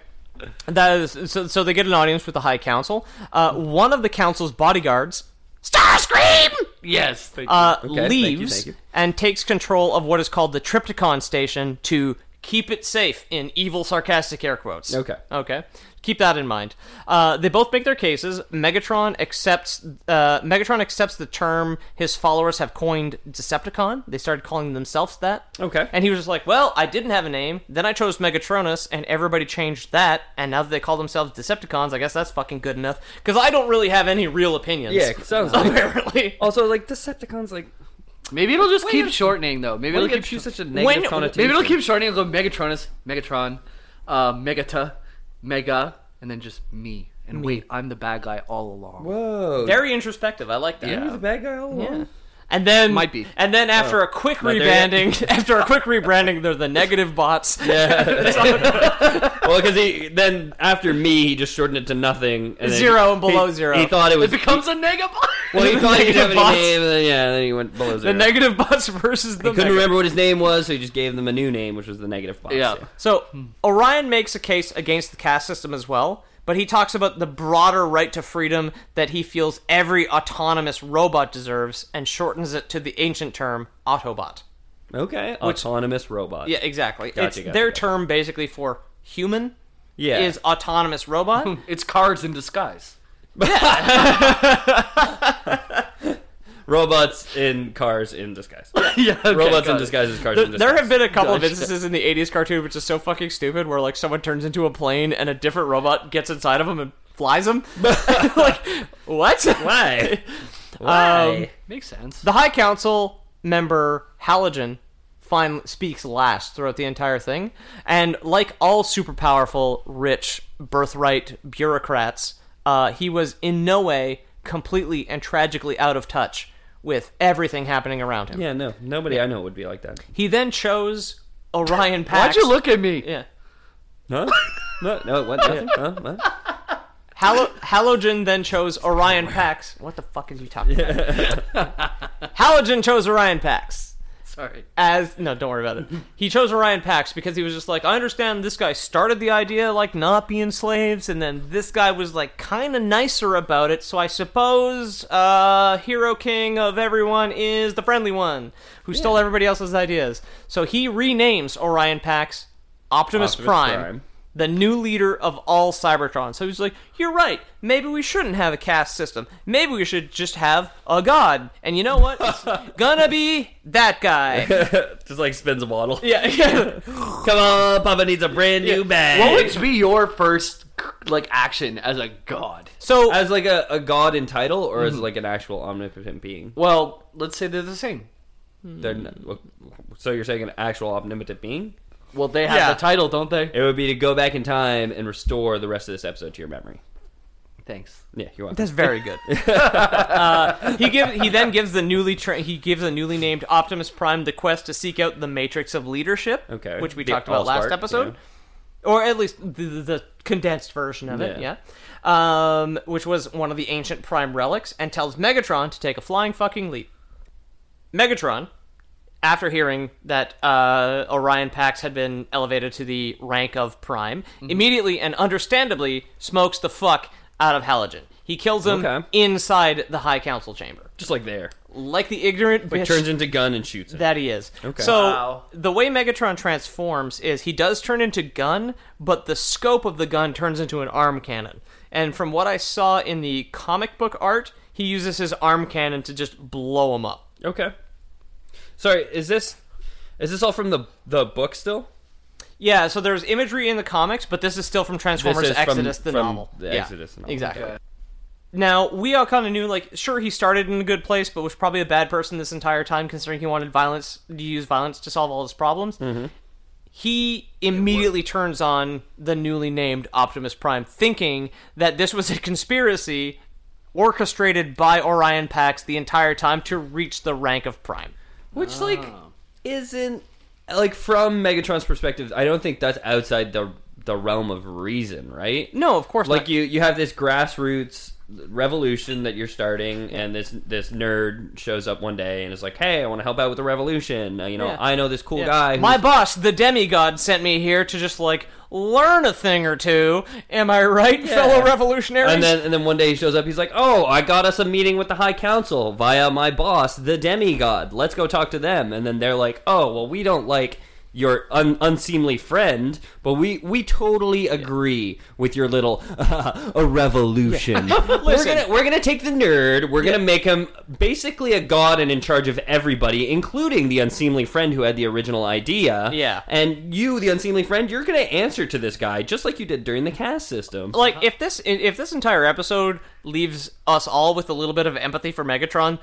That is so. So they get an audience with the High Council. Uh, one of the council's bodyguards, Starscream,
Yes. Thank you.
uh,
thank you,
leaves
thank you.
and takes control of what is called the Tripticon Station to keep it safe in evil, sarcastic air quotes.
Okay.
Okay. Keep that in mind. Uh, they both make their cases. Megatron accepts. Uh, Megatron accepts the term his followers have coined Decepticon. They started calling themselves that.
Okay.
And he was just like, "Well, I didn't have a name. Then I chose Megatronus, and everybody changed that. And now that they call themselves Decepticons, I guess that's fucking good enough. Because I don't really have any real opinions.
Yeah, sounds like-
apparently.
Also, like Decepticons, like
Maybe it'll just keep
did-
shortening though. Maybe
why
it'll
did
keep
it choose
shor-
such a negative connotation?
Maybe it'll keep shortening. It'll go Megatronus, Megatron, uh, Megata, Mega, and then just me. And wait, I'm the bad guy all along.
Whoa,
Very introspective. I like that.
Yeah.
the bad guy all along.
And then
Might be.
And then after a quick
there yet.
rebranding, after a quick rebranding, they're the negative bots.
Well, because he then after me, he just shortened it to nothing. And then
Zero and below
he,
zero.
He thought it was.
It becomes a Negabot.
well, he thought he didn't have
Negative
any
bots.
name, and then, yeah, and then he went below
the
zero.
negative bots versus the.
he couldn't
mega-
remember what his name was, so he just gave them a new name, which was the negative box.
Yeah.
So Orion makes a case against the caste system as well, but he talks about the broader right to freedom that he feels every autonomous robot deserves, and shortens it to the ancient term Autobot.
Okay. Autonomous robot.
Yeah, exactly.
Gotcha,
it's
gotcha,
their
gotcha.
term basically for human.
Yeah.
Is autonomous robot.
it's cards in disguise.
Robots in cars in disguise.
yeah, okay,
Robots in
got it.
disguise as cars in disguise.
There have been a couple of
Gotcha.
instances in the 80s cartoon which is so fucking stupid where like someone turns into a plane and a different robot gets inside of him and flies him. like, what? Um,
Why? Why?
Makes sense.
The High Council member Halogen finally speaks last throughout the entire thing, and like all super powerful, rich, birthright bureaucrats, uh, he was in no way completely and tragically out of touch with everything happening around him.
yeah, no. Nobody I know would be like that.
He then chose Orion Pax.
Why'd you look at me?
Yeah.
Huh? no, no, what? Nothing? Huh? What?
Halo- Halogen then chose Orion Pax. What the fuck is you talking about? Halogen chose Orion Pax
Sorry.
as no, don't worry about it. He chose Orion Pax because he was just like, I understand this guy started the idea like not being slaves, and then this guy was like kind of nicer about it. So I suppose uh, hero king of everyone is the friendly one who stole everybody else's ideas. So he renames Orion Pax Optimus,
Optimus
Prime.
Prime.
The new leader of all Cybertron. So he's like, You're right. Maybe we shouldn't have a caste system. Maybe we should just have a god. And you know what? It's gonna be that guy.
Just like spins a bottle.
Yeah, yeah.
Come on, Papa needs a brand new bag.
What would be your first like action as a god?
So
as like a, a god in title, or as like an actual omnipotent being?
Well, let's say they're the same.
They're n- so you're saying an actual omnipotent being?
Well, they have
Yeah.
the title, don't they?
It would be to go back in time and restore the rest of this episode to your memory.
Thanks.
Yeah, you want
that's very good. uh, he give, he then gives the newly tra- he gives the newly named Optimus Prime the quest to seek out the matrix of leadership,
Okay.
which we
The
talked about last
Allspark,
episode, or at least the, the- the condensed version of it.
Yeah.
Yeah. Um, which was one of the ancient prime relics, and tells Megatron to take a flying fucking leap. Megatron, after hearing that uh, Orion Pax had been elevated to the rank of Prime,
Mm-hmm.
immediately and understandably smokes the fuck out of Halogen. He kills him
Okay.
inside the High Council chamber,
just like there.
like the ignorant
Like
bitch
turns into gun and shoots him.
that he is.
Okay.
So
Wow.
the way Megatron transforms is he does turn into gun, but the scope of the gun turns into an arm cannon. And from what I saw in the comic book art, he uses his arm cannon to just blow him up.
okay. Sorry, is this is this all from the the book still?
Yeah, so there's imagery in the comics, but this is still from Transformers
This is from-
Exodus, the
from
novel.
the
Yeah,
Exodus novel.
Exactly. Now, we all kind of knew, like, sure, he started in a good place, but was probably a bad person this entire time, considering he wanted violence, to use violence to solve all his problems.
Mm-hmm.
He immediately turns on the newly named Optimus Prime, thinking that this was a conspiracy orchestrated by Orion Pax the entire time to reach the rank of Prime.
Which like isn't like from Megatron's perspective, I don't think that's outside the the realm of reason, right?
No, of course
like
not.
you you have this grassroots revolution that you're starting and this this nerd shows up one day and is like hey i want to help out with the revolution uh, you know
Yeah.
i know this cool
Yeah.
guy
My
who's-
boss, the demigod, sent me here to just like learn a thing or two. Am I right, fellow revolutionaries?
and then and then one day he shows up he's like oh i got us a meeting with the high council via my boss the demigod let's go talk to them and then they're like oh well we don't like your un- unseemly friend, but we we totally agree with your little a revolution. we're
Listen.
gonna we're gonna take the nerd. We're gonna make him basically a god and in charge of everybody, including the unseemly friend who had the original idea.
Yeah.
and you, the unseemly friend, you're gonna answer to this guy just like you did during the caste system.
like if this if this entire episode leaves us all with a little bit of empathy for Megatron,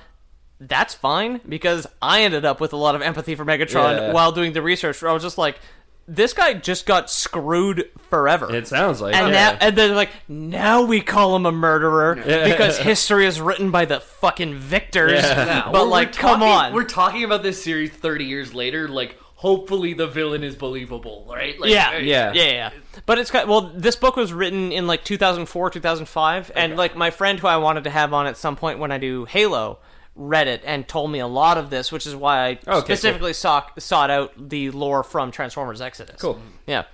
that's fine because I ended up with a lot of empathy for Megatron
Yeah.
while doing the research. Where I was just like, this guy just got screwed forever.
It sounds like
and
it.
now and then like now we call him a murderer because history is written by the fucking victors. But
We're
like, come
talking-
on,
We're talking about this series 30 years later. Like, hopefully the villain is believable, right? Like,
yeah,
uh,
Yeah.
yeah, yeah. But it's got well. This book was written in like 2004, 2005, and like my friend who I wanted to have on at some point when I do Halo read it and told me a lot of this, which is why I
Oh, cool.
specifically saw, sought out the lore from Transformers Exodus.
Cool.
Yeah.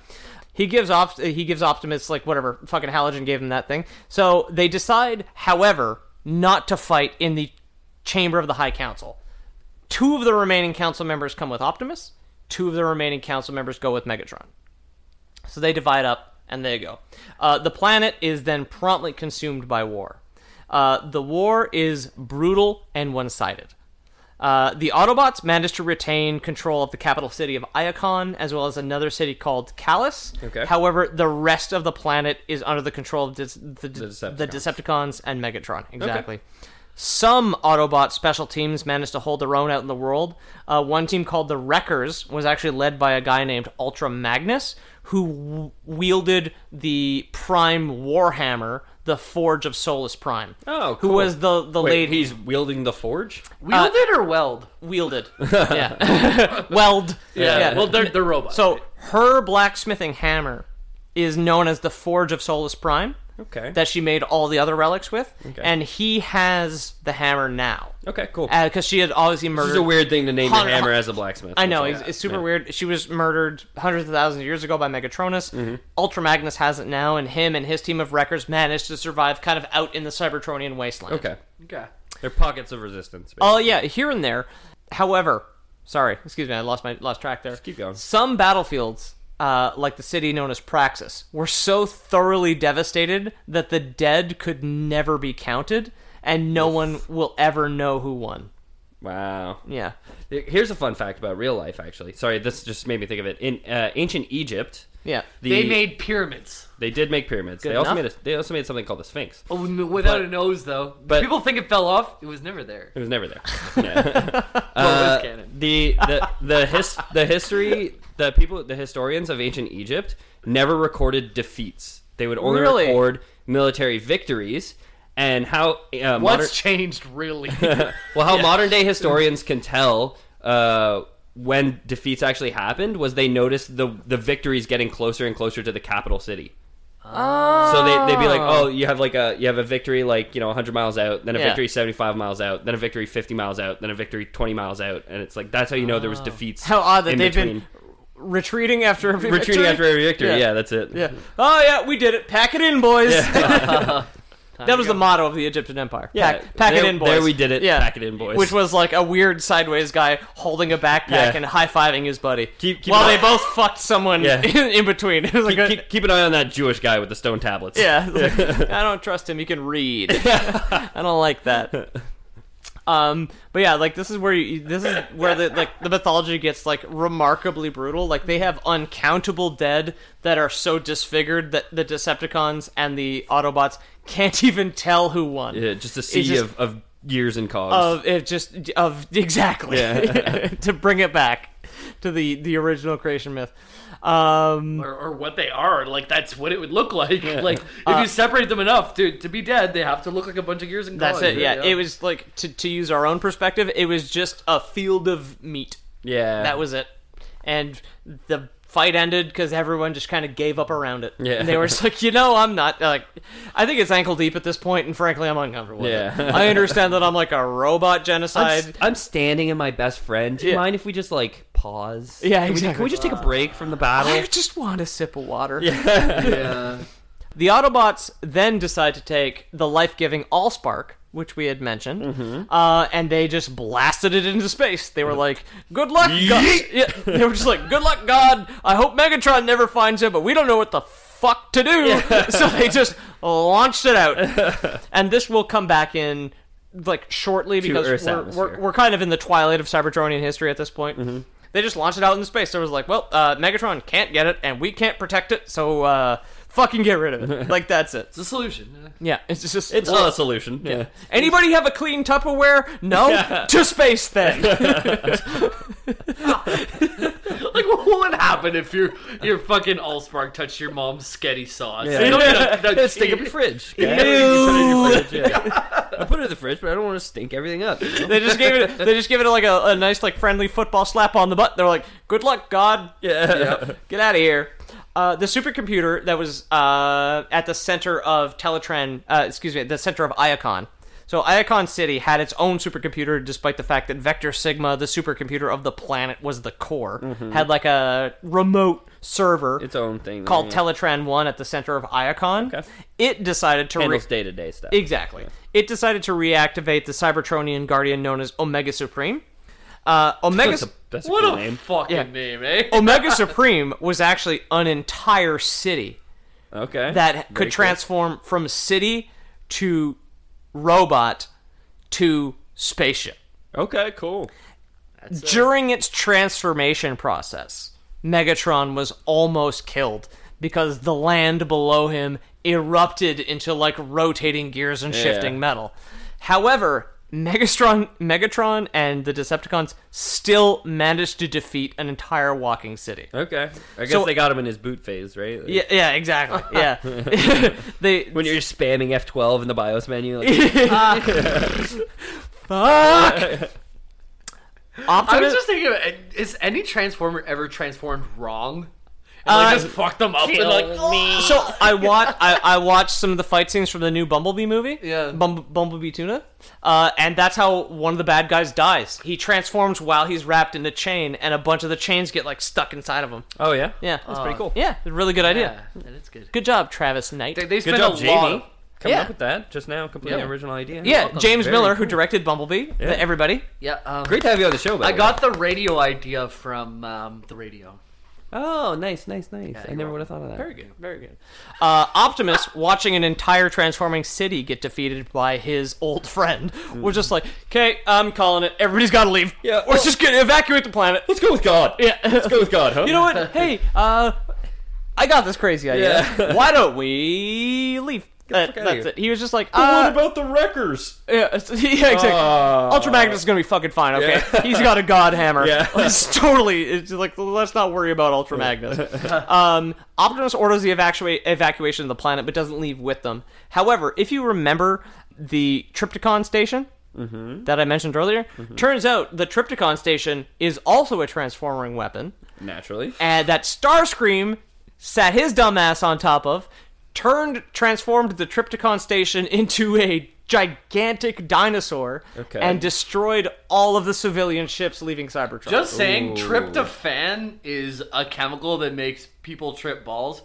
He gives off. He gives Optimus like whatever fucking halogen gave him that thing. So they decide, however, not to fight in the chamber of the High Council. Two of the remaining council members come with Optimus. Two of the remaining council members go with Megatron. So they divide up and they go. Uh, the planet is then promptly consumed by war. Uh, the war is brutal and one sided. Uh, the Autobots managed to retain control of the capital city of Iacon as well as another city called Callus.
Okay.
However, the rest of the planet is under the control of dis- the, the,
Decepticons.
Decepticons. and Megatron. Exactly. Some Autobot special teams managed to hold their own out in the world. Uh, one team called the Wreckers was actually led by a guy named Ultra Magnus, who w- wielded the Prime Warhammer, the Forge of Solus Prime.
Oh,
who
cool.
was the the
Wait,
lady
He's wielding the forge.
Wield it or weld?
wielded? yeah, weld.
Yeah. Well, they're, they're robots.
So her blacksmithing hammer is known as the Forge of Solus Prime.
Okay.
That she made all the other relics with, and he has the hammer now.
Okay, cool.
Because Uh, she had obviously
this
murdered.
is a weird thing to name
Hundred-
your hammer as a blacksmith.
I know
That's
it's, it's super weird. She was murdered hundreds of thousands of years ago by Megatronus.
Mm-hmm.
Ultra Magnus has it now, and him and his team of wreckers managed to survive kind of out in the Cybertronian wasteland.
all. Okay,
Okay.
they're pockets of resistance.
Oh
basically.
yeah, here and there. However, sorry, excuse me, I lost my lost track there.
keep going.
Some battlefields, uh, like the city known as Praxis, were so thoroughly devastated that the dead could never be counted, and no one will ever know who won.
Wow.
Yeah.
Here's a fun fact about real life. Actually, sorry, this just made me think of it. In uh, ancient Egypt,
Yeah.
the-
They made pyramids.
they did make pyramids. They also
enough.
made a, they also made something called the Sphinx.
Oh, no, without a nose, though. But people think it fell off. It was never there.
It was never there. Yeah.
well, it
Uh,
was canon.
the the the his, the history the people the historians of ancient Egypt never recorded defeats. They would only
Really?
record military victories. And how uh, modern,
What's changed really?
well, how modern day historians can tell uh, when defeats actually happened was they noticed the the victories getting closer and closer to the capital city. Oh. So they they'd be like, oh, you have like a you have a victory like you know 100 miles out, then a
Yeah.
victory 75 miles out, then a victory 50 miles out, then a victory 20 miles out, and it's like that's how you know there was defeats.
Oh. How odd that
in
they've
between.
been retreating after every
retreating
victory.
after every victory. Yeah.
Yeah.
that's it.
Yeah. Oh yeah, we did it. Pack it in, boys. that was the motto of the Egyptian Empire.
Yeah.
Pack, pack
There-
it in, boys.
there we did it. Pack it in, boys.
Which was like a weird sideways guy holding a backpack
Yeah.
and high fiving his buddy.
Keep- keep
while
an
they
eye-
both fucked someone
Yeah.
in, in between. It was like a-
Keep, keep, keep an eye on that Jewish guy with the stone tablets.
yeah, it's like, I don't trust him. He can read. I don't like that. Um, but yeah, like this is where you, this is where the like the mythology gets like remarkably brutal. Like they have uncountable dead that are so disfigured that the Decepticons and the Autobots can't even tell who won.
Yeah, just a sea
just-
of, of years and cogs.
Of it just of exactly to bring it back to the the original creation myth. Um,
or, or what they are. Like, that's what it would look like. Like, if
Uh,
you separate them enough to, to be dead, they have to look like a bunch of gears and
Oh,
that's
cogs.
it. Yeah, it was like to to use our own perspective, it was just a field of meat.
yeah,
That was it. And the fight ended because everyone just kind of gave up around it.
Yeah.
And they were just like, you know, I'm not like, I think it's ankle deep at this point, and frankly, I'm uncomfortable. with it.
Yeah.
I understand that I'm like a robot
I'm,
genocide.
s- I'm standing in my best friend. Do you
Yeah.
mind if we just like pause?
Yeah,
Can we, ju-
exactly.
Can we just take a break from the
I
battle?
just want a sip of water.
yeah.
The Autobots then decide to take the life-giving Allspark, which we had mentioned, uh, and they just blasted it into space. They were like, "Good luck, God." Yeah, they were just like, "Good luck, God. I hope Megatron never finds him, but we don't know what the fuck to do." so they just launched it out, and this will come back in like shortly because
Earth's
we're, we're
atmosphere. Mm-hmm.
we're kind of in the twilight of Cybertronian history at this point. They just launched it out into space. So it was like, well, uh, Megatron can't get it, and we can't protect it, so uh, fucking get rid of it. like that's it.
It's a solution.
Yeah, it's just
It's
well,
Oh, a solution. Yeah.
Anybody have a clean Tupperware? No, to space then.
Like, what would happen if your your fucking Allspark touched your mom's sketty sauce? You don't get a-
It's stink up your fridge. Yeah. I put it in the fridge, but I don't want to stink everything up. you know?
they just gave it. They just give it like a, a nice, like friendly football slap on the butt. They're like, "Good luck, God.
Yeah.
Get out of here." Uh, the supercomputer that was uh, at the center of Teletran, uh, excuse me, the center of Iacon. So Iacon City had its own supercomputer, despite the fact that Vector Sigma, the supercomputer of the planet, was the core. Had like a remote server.
Mm-hmm. Its own thing.
called
yeah.
Teletran One at the center of Iacon.
Okay.
It decided to re-
handles day to day stuff.
exactly. It decided to reactivate the Cybertronian guardian known as Omega Supreme. Uh, Omega
That's a, that's a
what
cool
a
name.
fucking name, eh?
Omega Supreme was actually an entire city
Okay.
that
Very
could transform from city to robot to spaceship.
Cool. Okay. Cool.
During its transformation process, Megatron was almost killed because the land below him erupted into like rotating gears and shifting metal. However, Megatron, Megatron and the Decepticons still managed to defeat an entire walking city.
Uh.
Okay. I guess
So-
they got him in his boot phase, right? Like,
Yeah, yeah, exactly. Yeah, they
When you're just spamming F12 in the BIOS menu, like,
fuck.
I
Optimus,
was just thinking, uh, is any transformer ever transformed wrong? And, like,
Uh,
just fuck them up and like Ah.
So I watch I, I watched some of the fight scenes from the new Bumblebee movie.
Yeah.
Bum- Bumblebee Tuna. Uh, and that's how one of the bad guys dies. He transforms while he's wrapped in a chain, and a bunch of the chains get like stuck inside of him.
oh yeah,
Yeah,
that's pretty cool.
Yeah, really good
Yeah,
idea.
that is good.
Good job, Travis Knight.
They, they
Good
spent
job,
a
Jamie,
lot. of-
coming
Yeah.
up with that just now. Completely
Yeah.
original idea.
yeah, James
Very
Miller, who
cool.
directed Bumblebee. the- Everybody.
Yeah, um,
Great to have you on the show. By
I
the
got the radio idea from um, the radio.
Way. Oh, nice, nice, nice. I never would have thought of that.
Very good. Very good. Uh, Optimus, watching an entire transforming city get defeated by his old friend, was just like, "Okay, I'm calling it. Everybody's got to leave.
Yeah,
let's
well-
just get evacuate the planet.
Let's go with God.
Yeah.
Let's go with God, huh?
You know what? Hey, uh, I got this crazy idea.
Yeah.
Why don't we leave? That,
fuck outta
Uh, that's
here.
it. He was just like, uh,
about the wreckers?
yeah, it's- yeah, exactly.
Ah.
Ultra Magnus is gonna be fucking fine. Okay,
Yeah.
he's got a god hammer.
Yeah.
Let's totally. It's like let's not worry about Ultra Magnus. um, Optimus orders the evacua- evacuation of the planet, but doesn't leave with them. However, if you remember the Tripticon station. That I mentioned earlier. Turns out the Tripticon station is also a transforming weapon
Naturally.
and that Starscream sat his dumbass on top of, turned transformed the Tripticon station into a gigantic dinosaur,
Okay.
and destroyed all of the civilian ships leaving Cybertron.
Just saying, tryptophan is a chemical that makes people trip balls.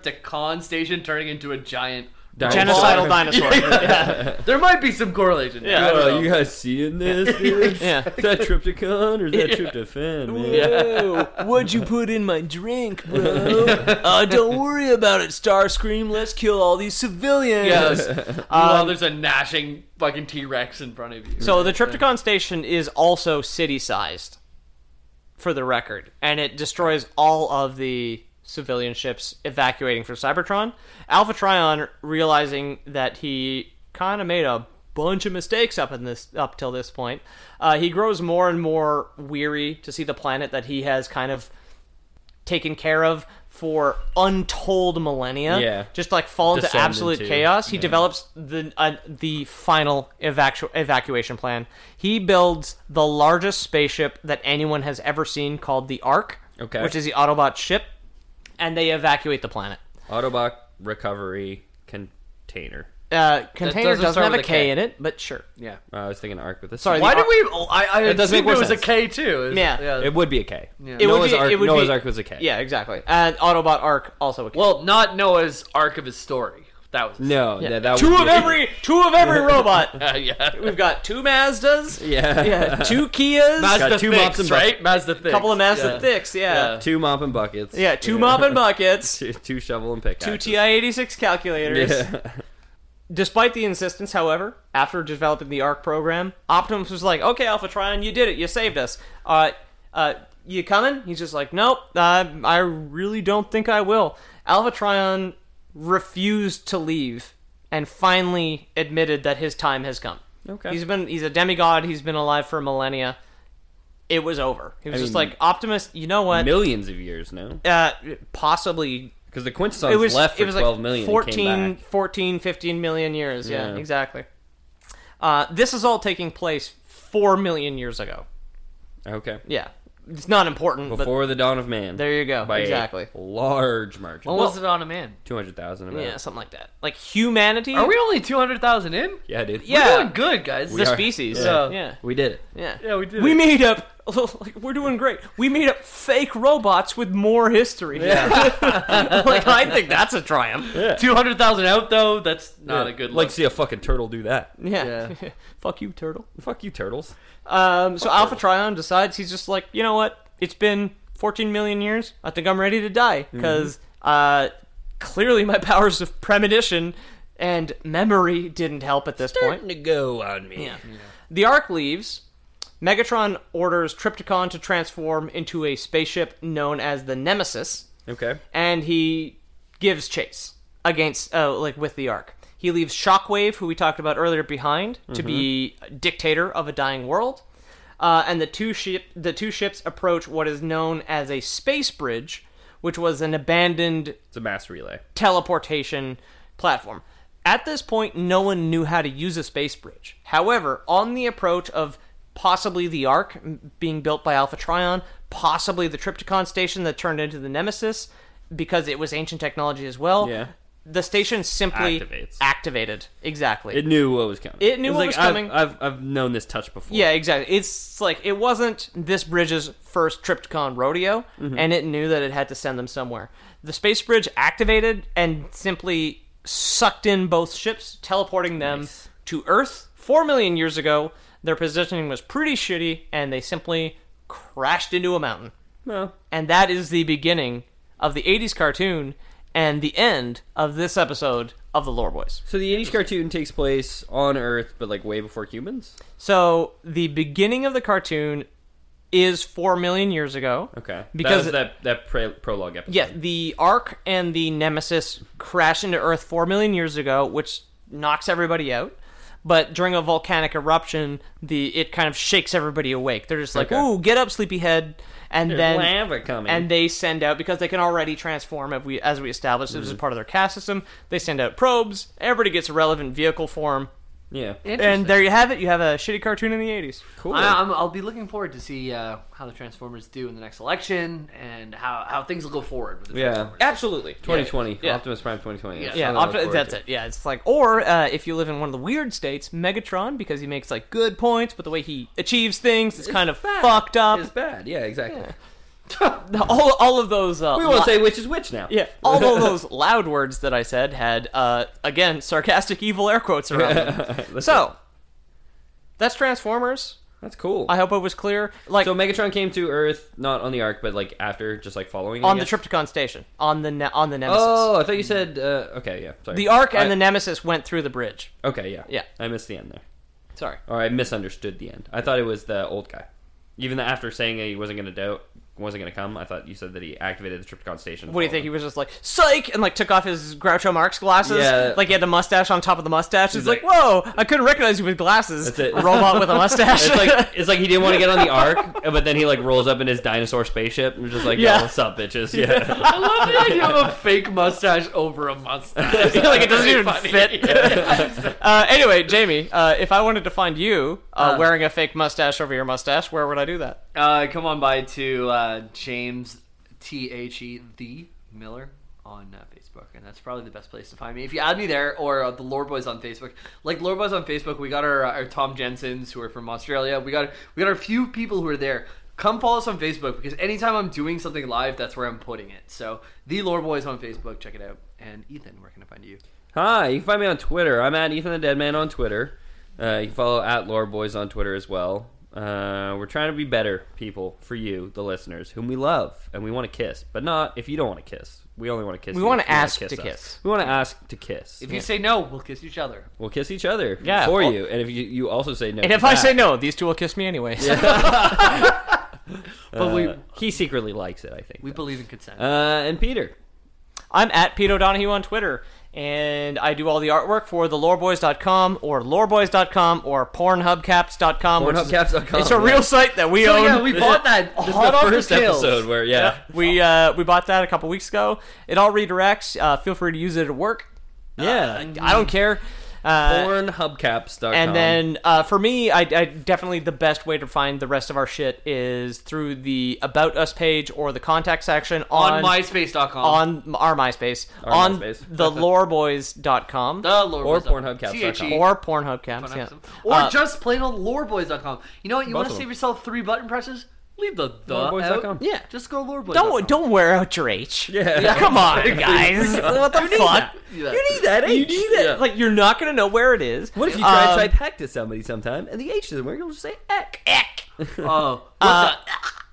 Trypticon station turning into a giant
Dinosaur.
Genocidal dinosaur.
There might be some correlation. Yeah,
Oh, you guys seeing this, dude?
Yeah.
Is that Tripticon or is that Tryptophan, man?
what'd you put in my drink, bro? uh, don't worry about it, Starscream. Let's kill all these civilians.
Um,
Meanwhile, there's a gnashing fucking T Rex in front of you.
So the Tripticon station is also city sized, for the record, and it destroys all of the civilian ships evacuating from Cybertron. Alpha Trion, realizing that he kind of made a bunch of mistakes up in this up till this point, uh, he grows more and more weary to see the planet that he has kind of taken care of for untold millennia.
Yeah.
just like fall into
Descend
absolute
into-
chaos. He develops the uh, the final evacu- evacuation plan. He builds the largest spaceship that anyone has ever seen, called the Ark,
Okay.
which is the Autobot ship. and they evacuate the planet.
Autobot recovery container.
Uh, container
doesn't
doesn't,
start
have a
with
K
a K.
in it, but sure.
Yeah.
Uh, I was thinking arc with this.
Sorry,
Why
the
did we? oh, I, I
It does make
assumed
more
it was
sense.
a K too. It's-
Yeah.
It would be a K.
It would
Noah's
be-
Ark.
it would
Noah's
be-
Ark was a K.
Yeah, exactly. And Autobot Arc also a K.
Well, not Noah's arc of his story. That was
No. Yeah. that
two
would
of
be-
every two of every robot.
yeah.
We've got two Mazdas.
Yeah.
Yeah, two Kias.
Mazda-
Mazda
two
Thicks,
mops and buckets.
right? Mazda Thicks.
couple of Mazda
Yeah.
Thicks. Yeah.
Two mop and buckets.
yeah, two mop and buckets.
Two, two shovel and pickaxe.
Two TI-86 calculators. Despite the insistence, however, after developing the ARC program, Optimus was like, "Okay, Alpha Trion, you did it. You saved us. Uh, uh, you coming?" He's just like, "Nope. Uh, I really don't think I will." Alpha Trion refused to leave and finally admitted that his time has come.
Okay.
He's been he's a demigod. He's been alive for millennia. It was over. He was just
mean,
like, "Optimus, you know what?
Millions of years, no?
uh, possibly
Because the Quintessons left for twelve million. and came
14,
back.
14, 15 million years. Yeah,
Yeah.
exactly. Uh, this is all taking place 4 million years ago.
Okay.
Yeah. It's not important, but
Before the dawn of man.
there you go.
By a
exactly.
large margin.
When was it on a man?
Two hundred thousand.
Yeah, something like that. Like humanity.
Are we only two hundred thousand in?
Yeah, dude.
Yeah.
We're doing good, guys.
the
are.
species?
Yeah.
So, yeah.
We did it.
Yeah.
Yeah, we did
We
it.
made up. Like, we're doing great. We made up fake robots with more history. like I think that's a triumph. Yeah.
Two hundred thousand out though. That's not
Yeah.
a good
Like
look.
see a fucking turtle do that.
Yeah.
Fuck you, turtle.
Fuck you, turtles.
Um, so Alpha Trion decides he's just like, you know what? It's been 14 million years. I think I'm ready to die because uh, clearly my powers of premonition and memory didn't help at this point.
to go on me. Yeah.
The Ark leaves. Megatron orders Triptychon to transform into a spaceship known as the Nemesis,
Okay.
and he gives chase against, uh, like, with the Ark. He leaves Shockwave, who we talked about earlier, behind to be dictator of a dying world. Uh, and the two ship, the two ships approach what is known as a space bridge, which was an abandoned
It's a mass relay.
teleportation platform. At this point, no one knew how to use a space bridge. However, on the approach of possibly the Ark m- being built by Alpha Trion, possibly the Triptychon station that turned into the Nemesis, because it was ancient technology as well,
Yeah.
the station simply
Activates.
activated. Exactly.
It knew what was coming.
It knew
was
what
like,
was
I've-
coming.
I've, I've known this touch before.
yeah, exactly. It's like it wasn't this bridge's first Triptychon rodeo, and it knew that it had to send them somewhere. The space bridge activated and simply sucked in both ships, teleporting them to Earth four million years ago. Their positioning was pretty shitty, and they simply crashed into a mountain.
Well,
And that is the beginning of the '80s cartoon and the end of this episode of the Lore Boys.
so the 80s cartoon takes place on Earth, but like way before humans.
So the beginning of the cartoon is four million years ago.
Okay.
Because
that, was that that pre- prologue episode.
yeah, the Ark and the Nemesis crash into Earth four million years ago, which knocks everybody out. But during a volcanic eruption, the it kind of shakes everybody awake. They're just like,
Okay.
"Ooh, get up, sleepyhead!" And then
lava coming.
and they send out because they can already transform. If we, as we established,
Mm-hmm.
this is part of their caste system. They send out probes. Everybody gets a relevant vehicle form,
Yeah.
and there you have it. You have a shitty cartoon in the eighties.
cool.
I, I'm, I'll be looking forward to see uh, how the Transformers do in the next election and how, how things will go forward. With the
yeah.
Transformers.
Absolutely,
2020.
Yeah.
Optimus Prime 2020.
Yeah.
Yeah,
something to look
Opti-
forward
that's
to.
it. Yeah, it's like, or uh, if you live in one of the weird states, Megatron, because he makes like good points, but the way he achieves things is kind of fucked up.
It's bad. Yeah, exactly.
all, all of those. Uh,
We won't
li-
say which is which now.
Yeah, all of those loud words that I said had uh, again sarcastic, evil air quotes around them. so that's Transformers.
That's cool.
I hope it was clear. Like
so Megatron came to Earth, not on the Ark, but like after, just like following. I
on the
guess?
Triptychon station, on the ne- on the Nemesis.
Oh, I thought you said. Uh, okay, yeah. Sorry.
The Ark and
I-
the Nemesis went through the bridge.
Okay, yeah.
Yeah.
I missed the end there.
Sorry.
Or I misunderstood the end. I thought it was the old guy. Even though after saying that he wasn't going to do, wasn't going to come, I thought you said that he activated the Triptychon station.
What do you think? He was just like psych, and like took off his Groucho Marx glasses.
Yeah.
Like he had a mustache on top of the mustache. He's like,
like-
"Whoa, I couldn't recognize you with glasses."
That's it.
Robot with a mustache.
It's like it's like he didn't want to get on the Ark, but then he like rolls up in his dinosaur spaceship and was just like, yeah.
Yeah.
what's up, bitches? Yeah.
I love the idea of a fake mustache over a mustache.
like it doesn't even fit. uh, anyway, Jamie, uh, if I wanted to find you uh, wearing a fake mustache over your mustache, where would I do that?
Uh, come on by to uh, James T H E the Miller on uh, Facebook, and that's probably the best place to find me. If you add me there or uh, the Lore Boys on Facebook, like Lore Boys on Facebook, we got our, our Tom Jensens who are from Australia. We got we got a few people who are there. Come follow us on Facebook because anytime I'm doing something live, that's where I'm putting it. So the Lore Boys on Facebook, check it out. And Ethan, where can I find you?
Hi, you can find me on Twitter. I'm at Ethan the Dead Man on Twitter. Uh, you can follow at Lore Boys on Twitter as well. Uh, we're trying to be better people for you, the listeners, whom we love and we want to kiss, but not if you don't want to kiss. We only want to kiss.
We
you
wanna
if you wanna
ask to
us.
kiss.
We want to ask to kiss.
If you say no, we'll kiss each other.
We'll kiss each other
Yeah,
for
well-
you, and if you, you also say no,
And
to
if I
that,
say no, these two will kiss me anyways.
But we
he secretly likes it. I think.
we
though.
believe in consent.
Uh, and Peter,
I'm at Pete O'Donohue on Twitter, and I do all the artwork for theloreboys.com or loreboys.com or pornhubcaps.com. which is-
Pornhubcaps.com,
It's a
yeah.
real site that we
So,
own.
Oh, yeah, we bought that
this
hot
is
off
the
the
first
tails.
episode where yeah,
We uh, we bought that a couple weeks ago. It all redirects. Uh, feel free to use it at work.
yeah,
I don't care. Uh,
pornhubcaps.com.
and then uh, for me, I, I definitely the best way to find the rest of our shit is through the about us page or the contact section on,
on MySpace.com.
on our MySpace on
MySpace.
the loreboys.com
the Lore
Or
Boys dot-
Pornhubcast
CHE.
dot com.
or Pornhub caps. Yeah. Uh,
Pornhub. Or just plain old loreboys.com. You know what? You want to
of
save
them.
yourself three button presses? Leave the the
Loreboys dot
out.
com.
Yeah.
Just go loreboys.
Don't don't wear out your H. Yeah, come on, guys. what the fuck?
You need
you need that.
You need it.
Yeah.
Like you're not gonna know where it is.
What if you try
Um,
to type heck to somebody sometime and the H doesn't work? You'll just say heck. Heck.
Oh, what the?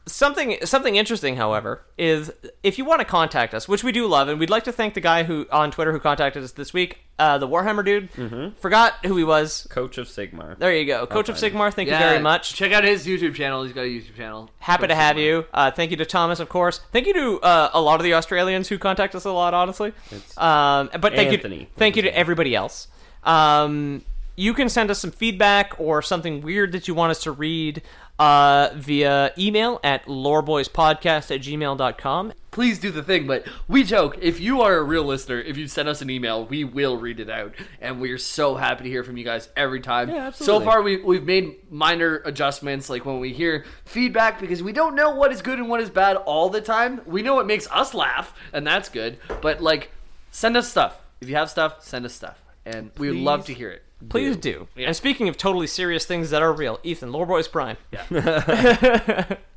something something interesting however is if you want to contact us which we do love and we'd like to thank the guy who on twitter who contacted us this week uh, the warhammer dude forgot who he was
Coach of Sigmar.
there you go Mm-hmm. coach of
find
sigmar thank
Yeah,
you very much
Check out his YouTube channel. He's got a YouTube channel.
happy to have you uh, thank you to thomas of course thank you to uh, a lot of the australians who contact us a lot honestly um, but thank you
Anthony.
thank you to everybody else um, you can send us some feedback or something weird that you want us to read uh, via email at loreboyspodcast at gmail.com
Please do the thing, but we joke. If you are a real listener, if you send us an email, we will read it out, and we are so happy to hear from you guys every time.
Yeah, absolutely.
So far, we we've made minor adjustments, like when we hear feedback, because we don't know what is good and what is bad all the time. We know what makes us laugh, and that's good. But like, send us stuff. If you have stuff, send us stuff, and we would love to hear it.
Please do. And speaking of totally serious things that are real, Ethan, Loreboys Prime.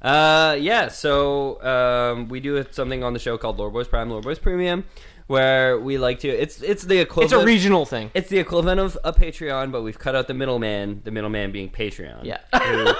Uh, yeah, so um, we do something on the show called Loreboys Prime, Loreboys Premium, where we like to. It's it's the
It's
equivalent.
a regional thing.
It's the equivalent of a Patreon, but we've cut out the middleman. The middleman being Patreon.
Yeah.
who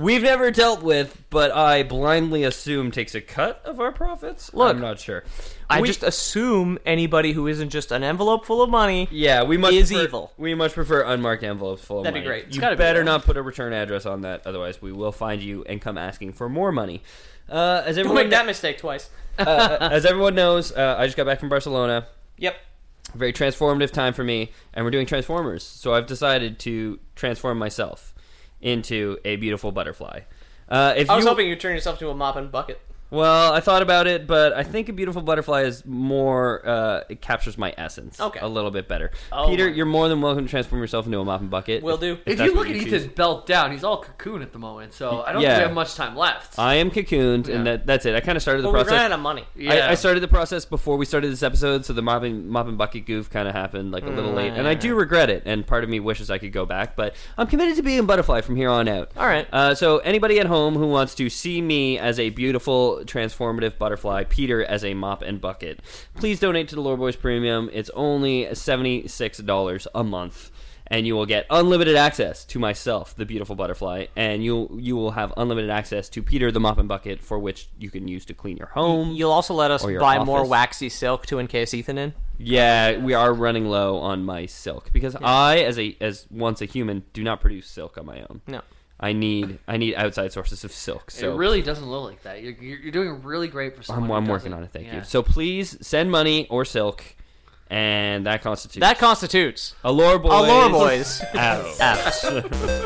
we've never dealt with, but I blindly assume takes a cut of our profits. Look, I'm not sure.
I
We-
just assume anybody who isn't just an envelope full of money.
Yeah, we much
is
prefer,
evil.
We much prefer unmarked envelopes full of
That'd be
money.
great. It's
You
gotta be
better
that.
not put a return address on that, otherwise we will find you and come asking for more money. Uh, as
Don't
everyone
make that mistake twice.
uh, as everyone knows, uh, I just got back from Barcelona.
Yep.
Very transformative time for me, and we're doing Transformers. So I've decided to transform myself into a beautiful butterfly. Uh, if
I was
you,
hoping you'd turn yourself into a mop and bucket.
well, I thought about it, but I think a beautiful butterfly is more. Uh, it captures my essence
Okay.
a little bit better. Peter, you're more than welcome to transform yourself into a mop and bucket.
Will do.
If
that's
you
what
look at
choose.
Ethan's belt down, he's all cocoon at the moment, so I don't
Yeah.
think we have much time left.
I am cocooned, and that, that's it. I kind of started the
But we
process.
ran out of money.
Yeah.
I, I started the process before we started this episode, so the mop and, mop and bucket goof kind of happened like a little late, and I
Mm.
do regret it. And part of me wishes I could go back, but I'm committed to being butterfly from here on out.
All right.
Uh, so anybody at home who wants to see me as a beautiful transformative butterfly, Peter as a mop and bucket, please donate to the Lore Boys Premium. It's only seventy six dollars a month. And you will get unlimited access to myself, the beautiful butterfly, and you you will have unlimited access to Peter the mop and bucket, for which you can use to clean your home.
You'll also let us
Or your
buy more
office.
waxy silk to encase Ethan in.
Yeah, we are running low on my silk because I, as a as once a human, do not produce silk on my own.
No.
I need I need outside sources of silk. So
it really doesn't look like that. You're, you're, you're doing really great for someone.
I'm,
who
I'm working
doesn't.
on it. Thank
Yeah.
you. So please send money or silk, and that constitutes
That constitutes
a lore boys.
a Loreboys.
out.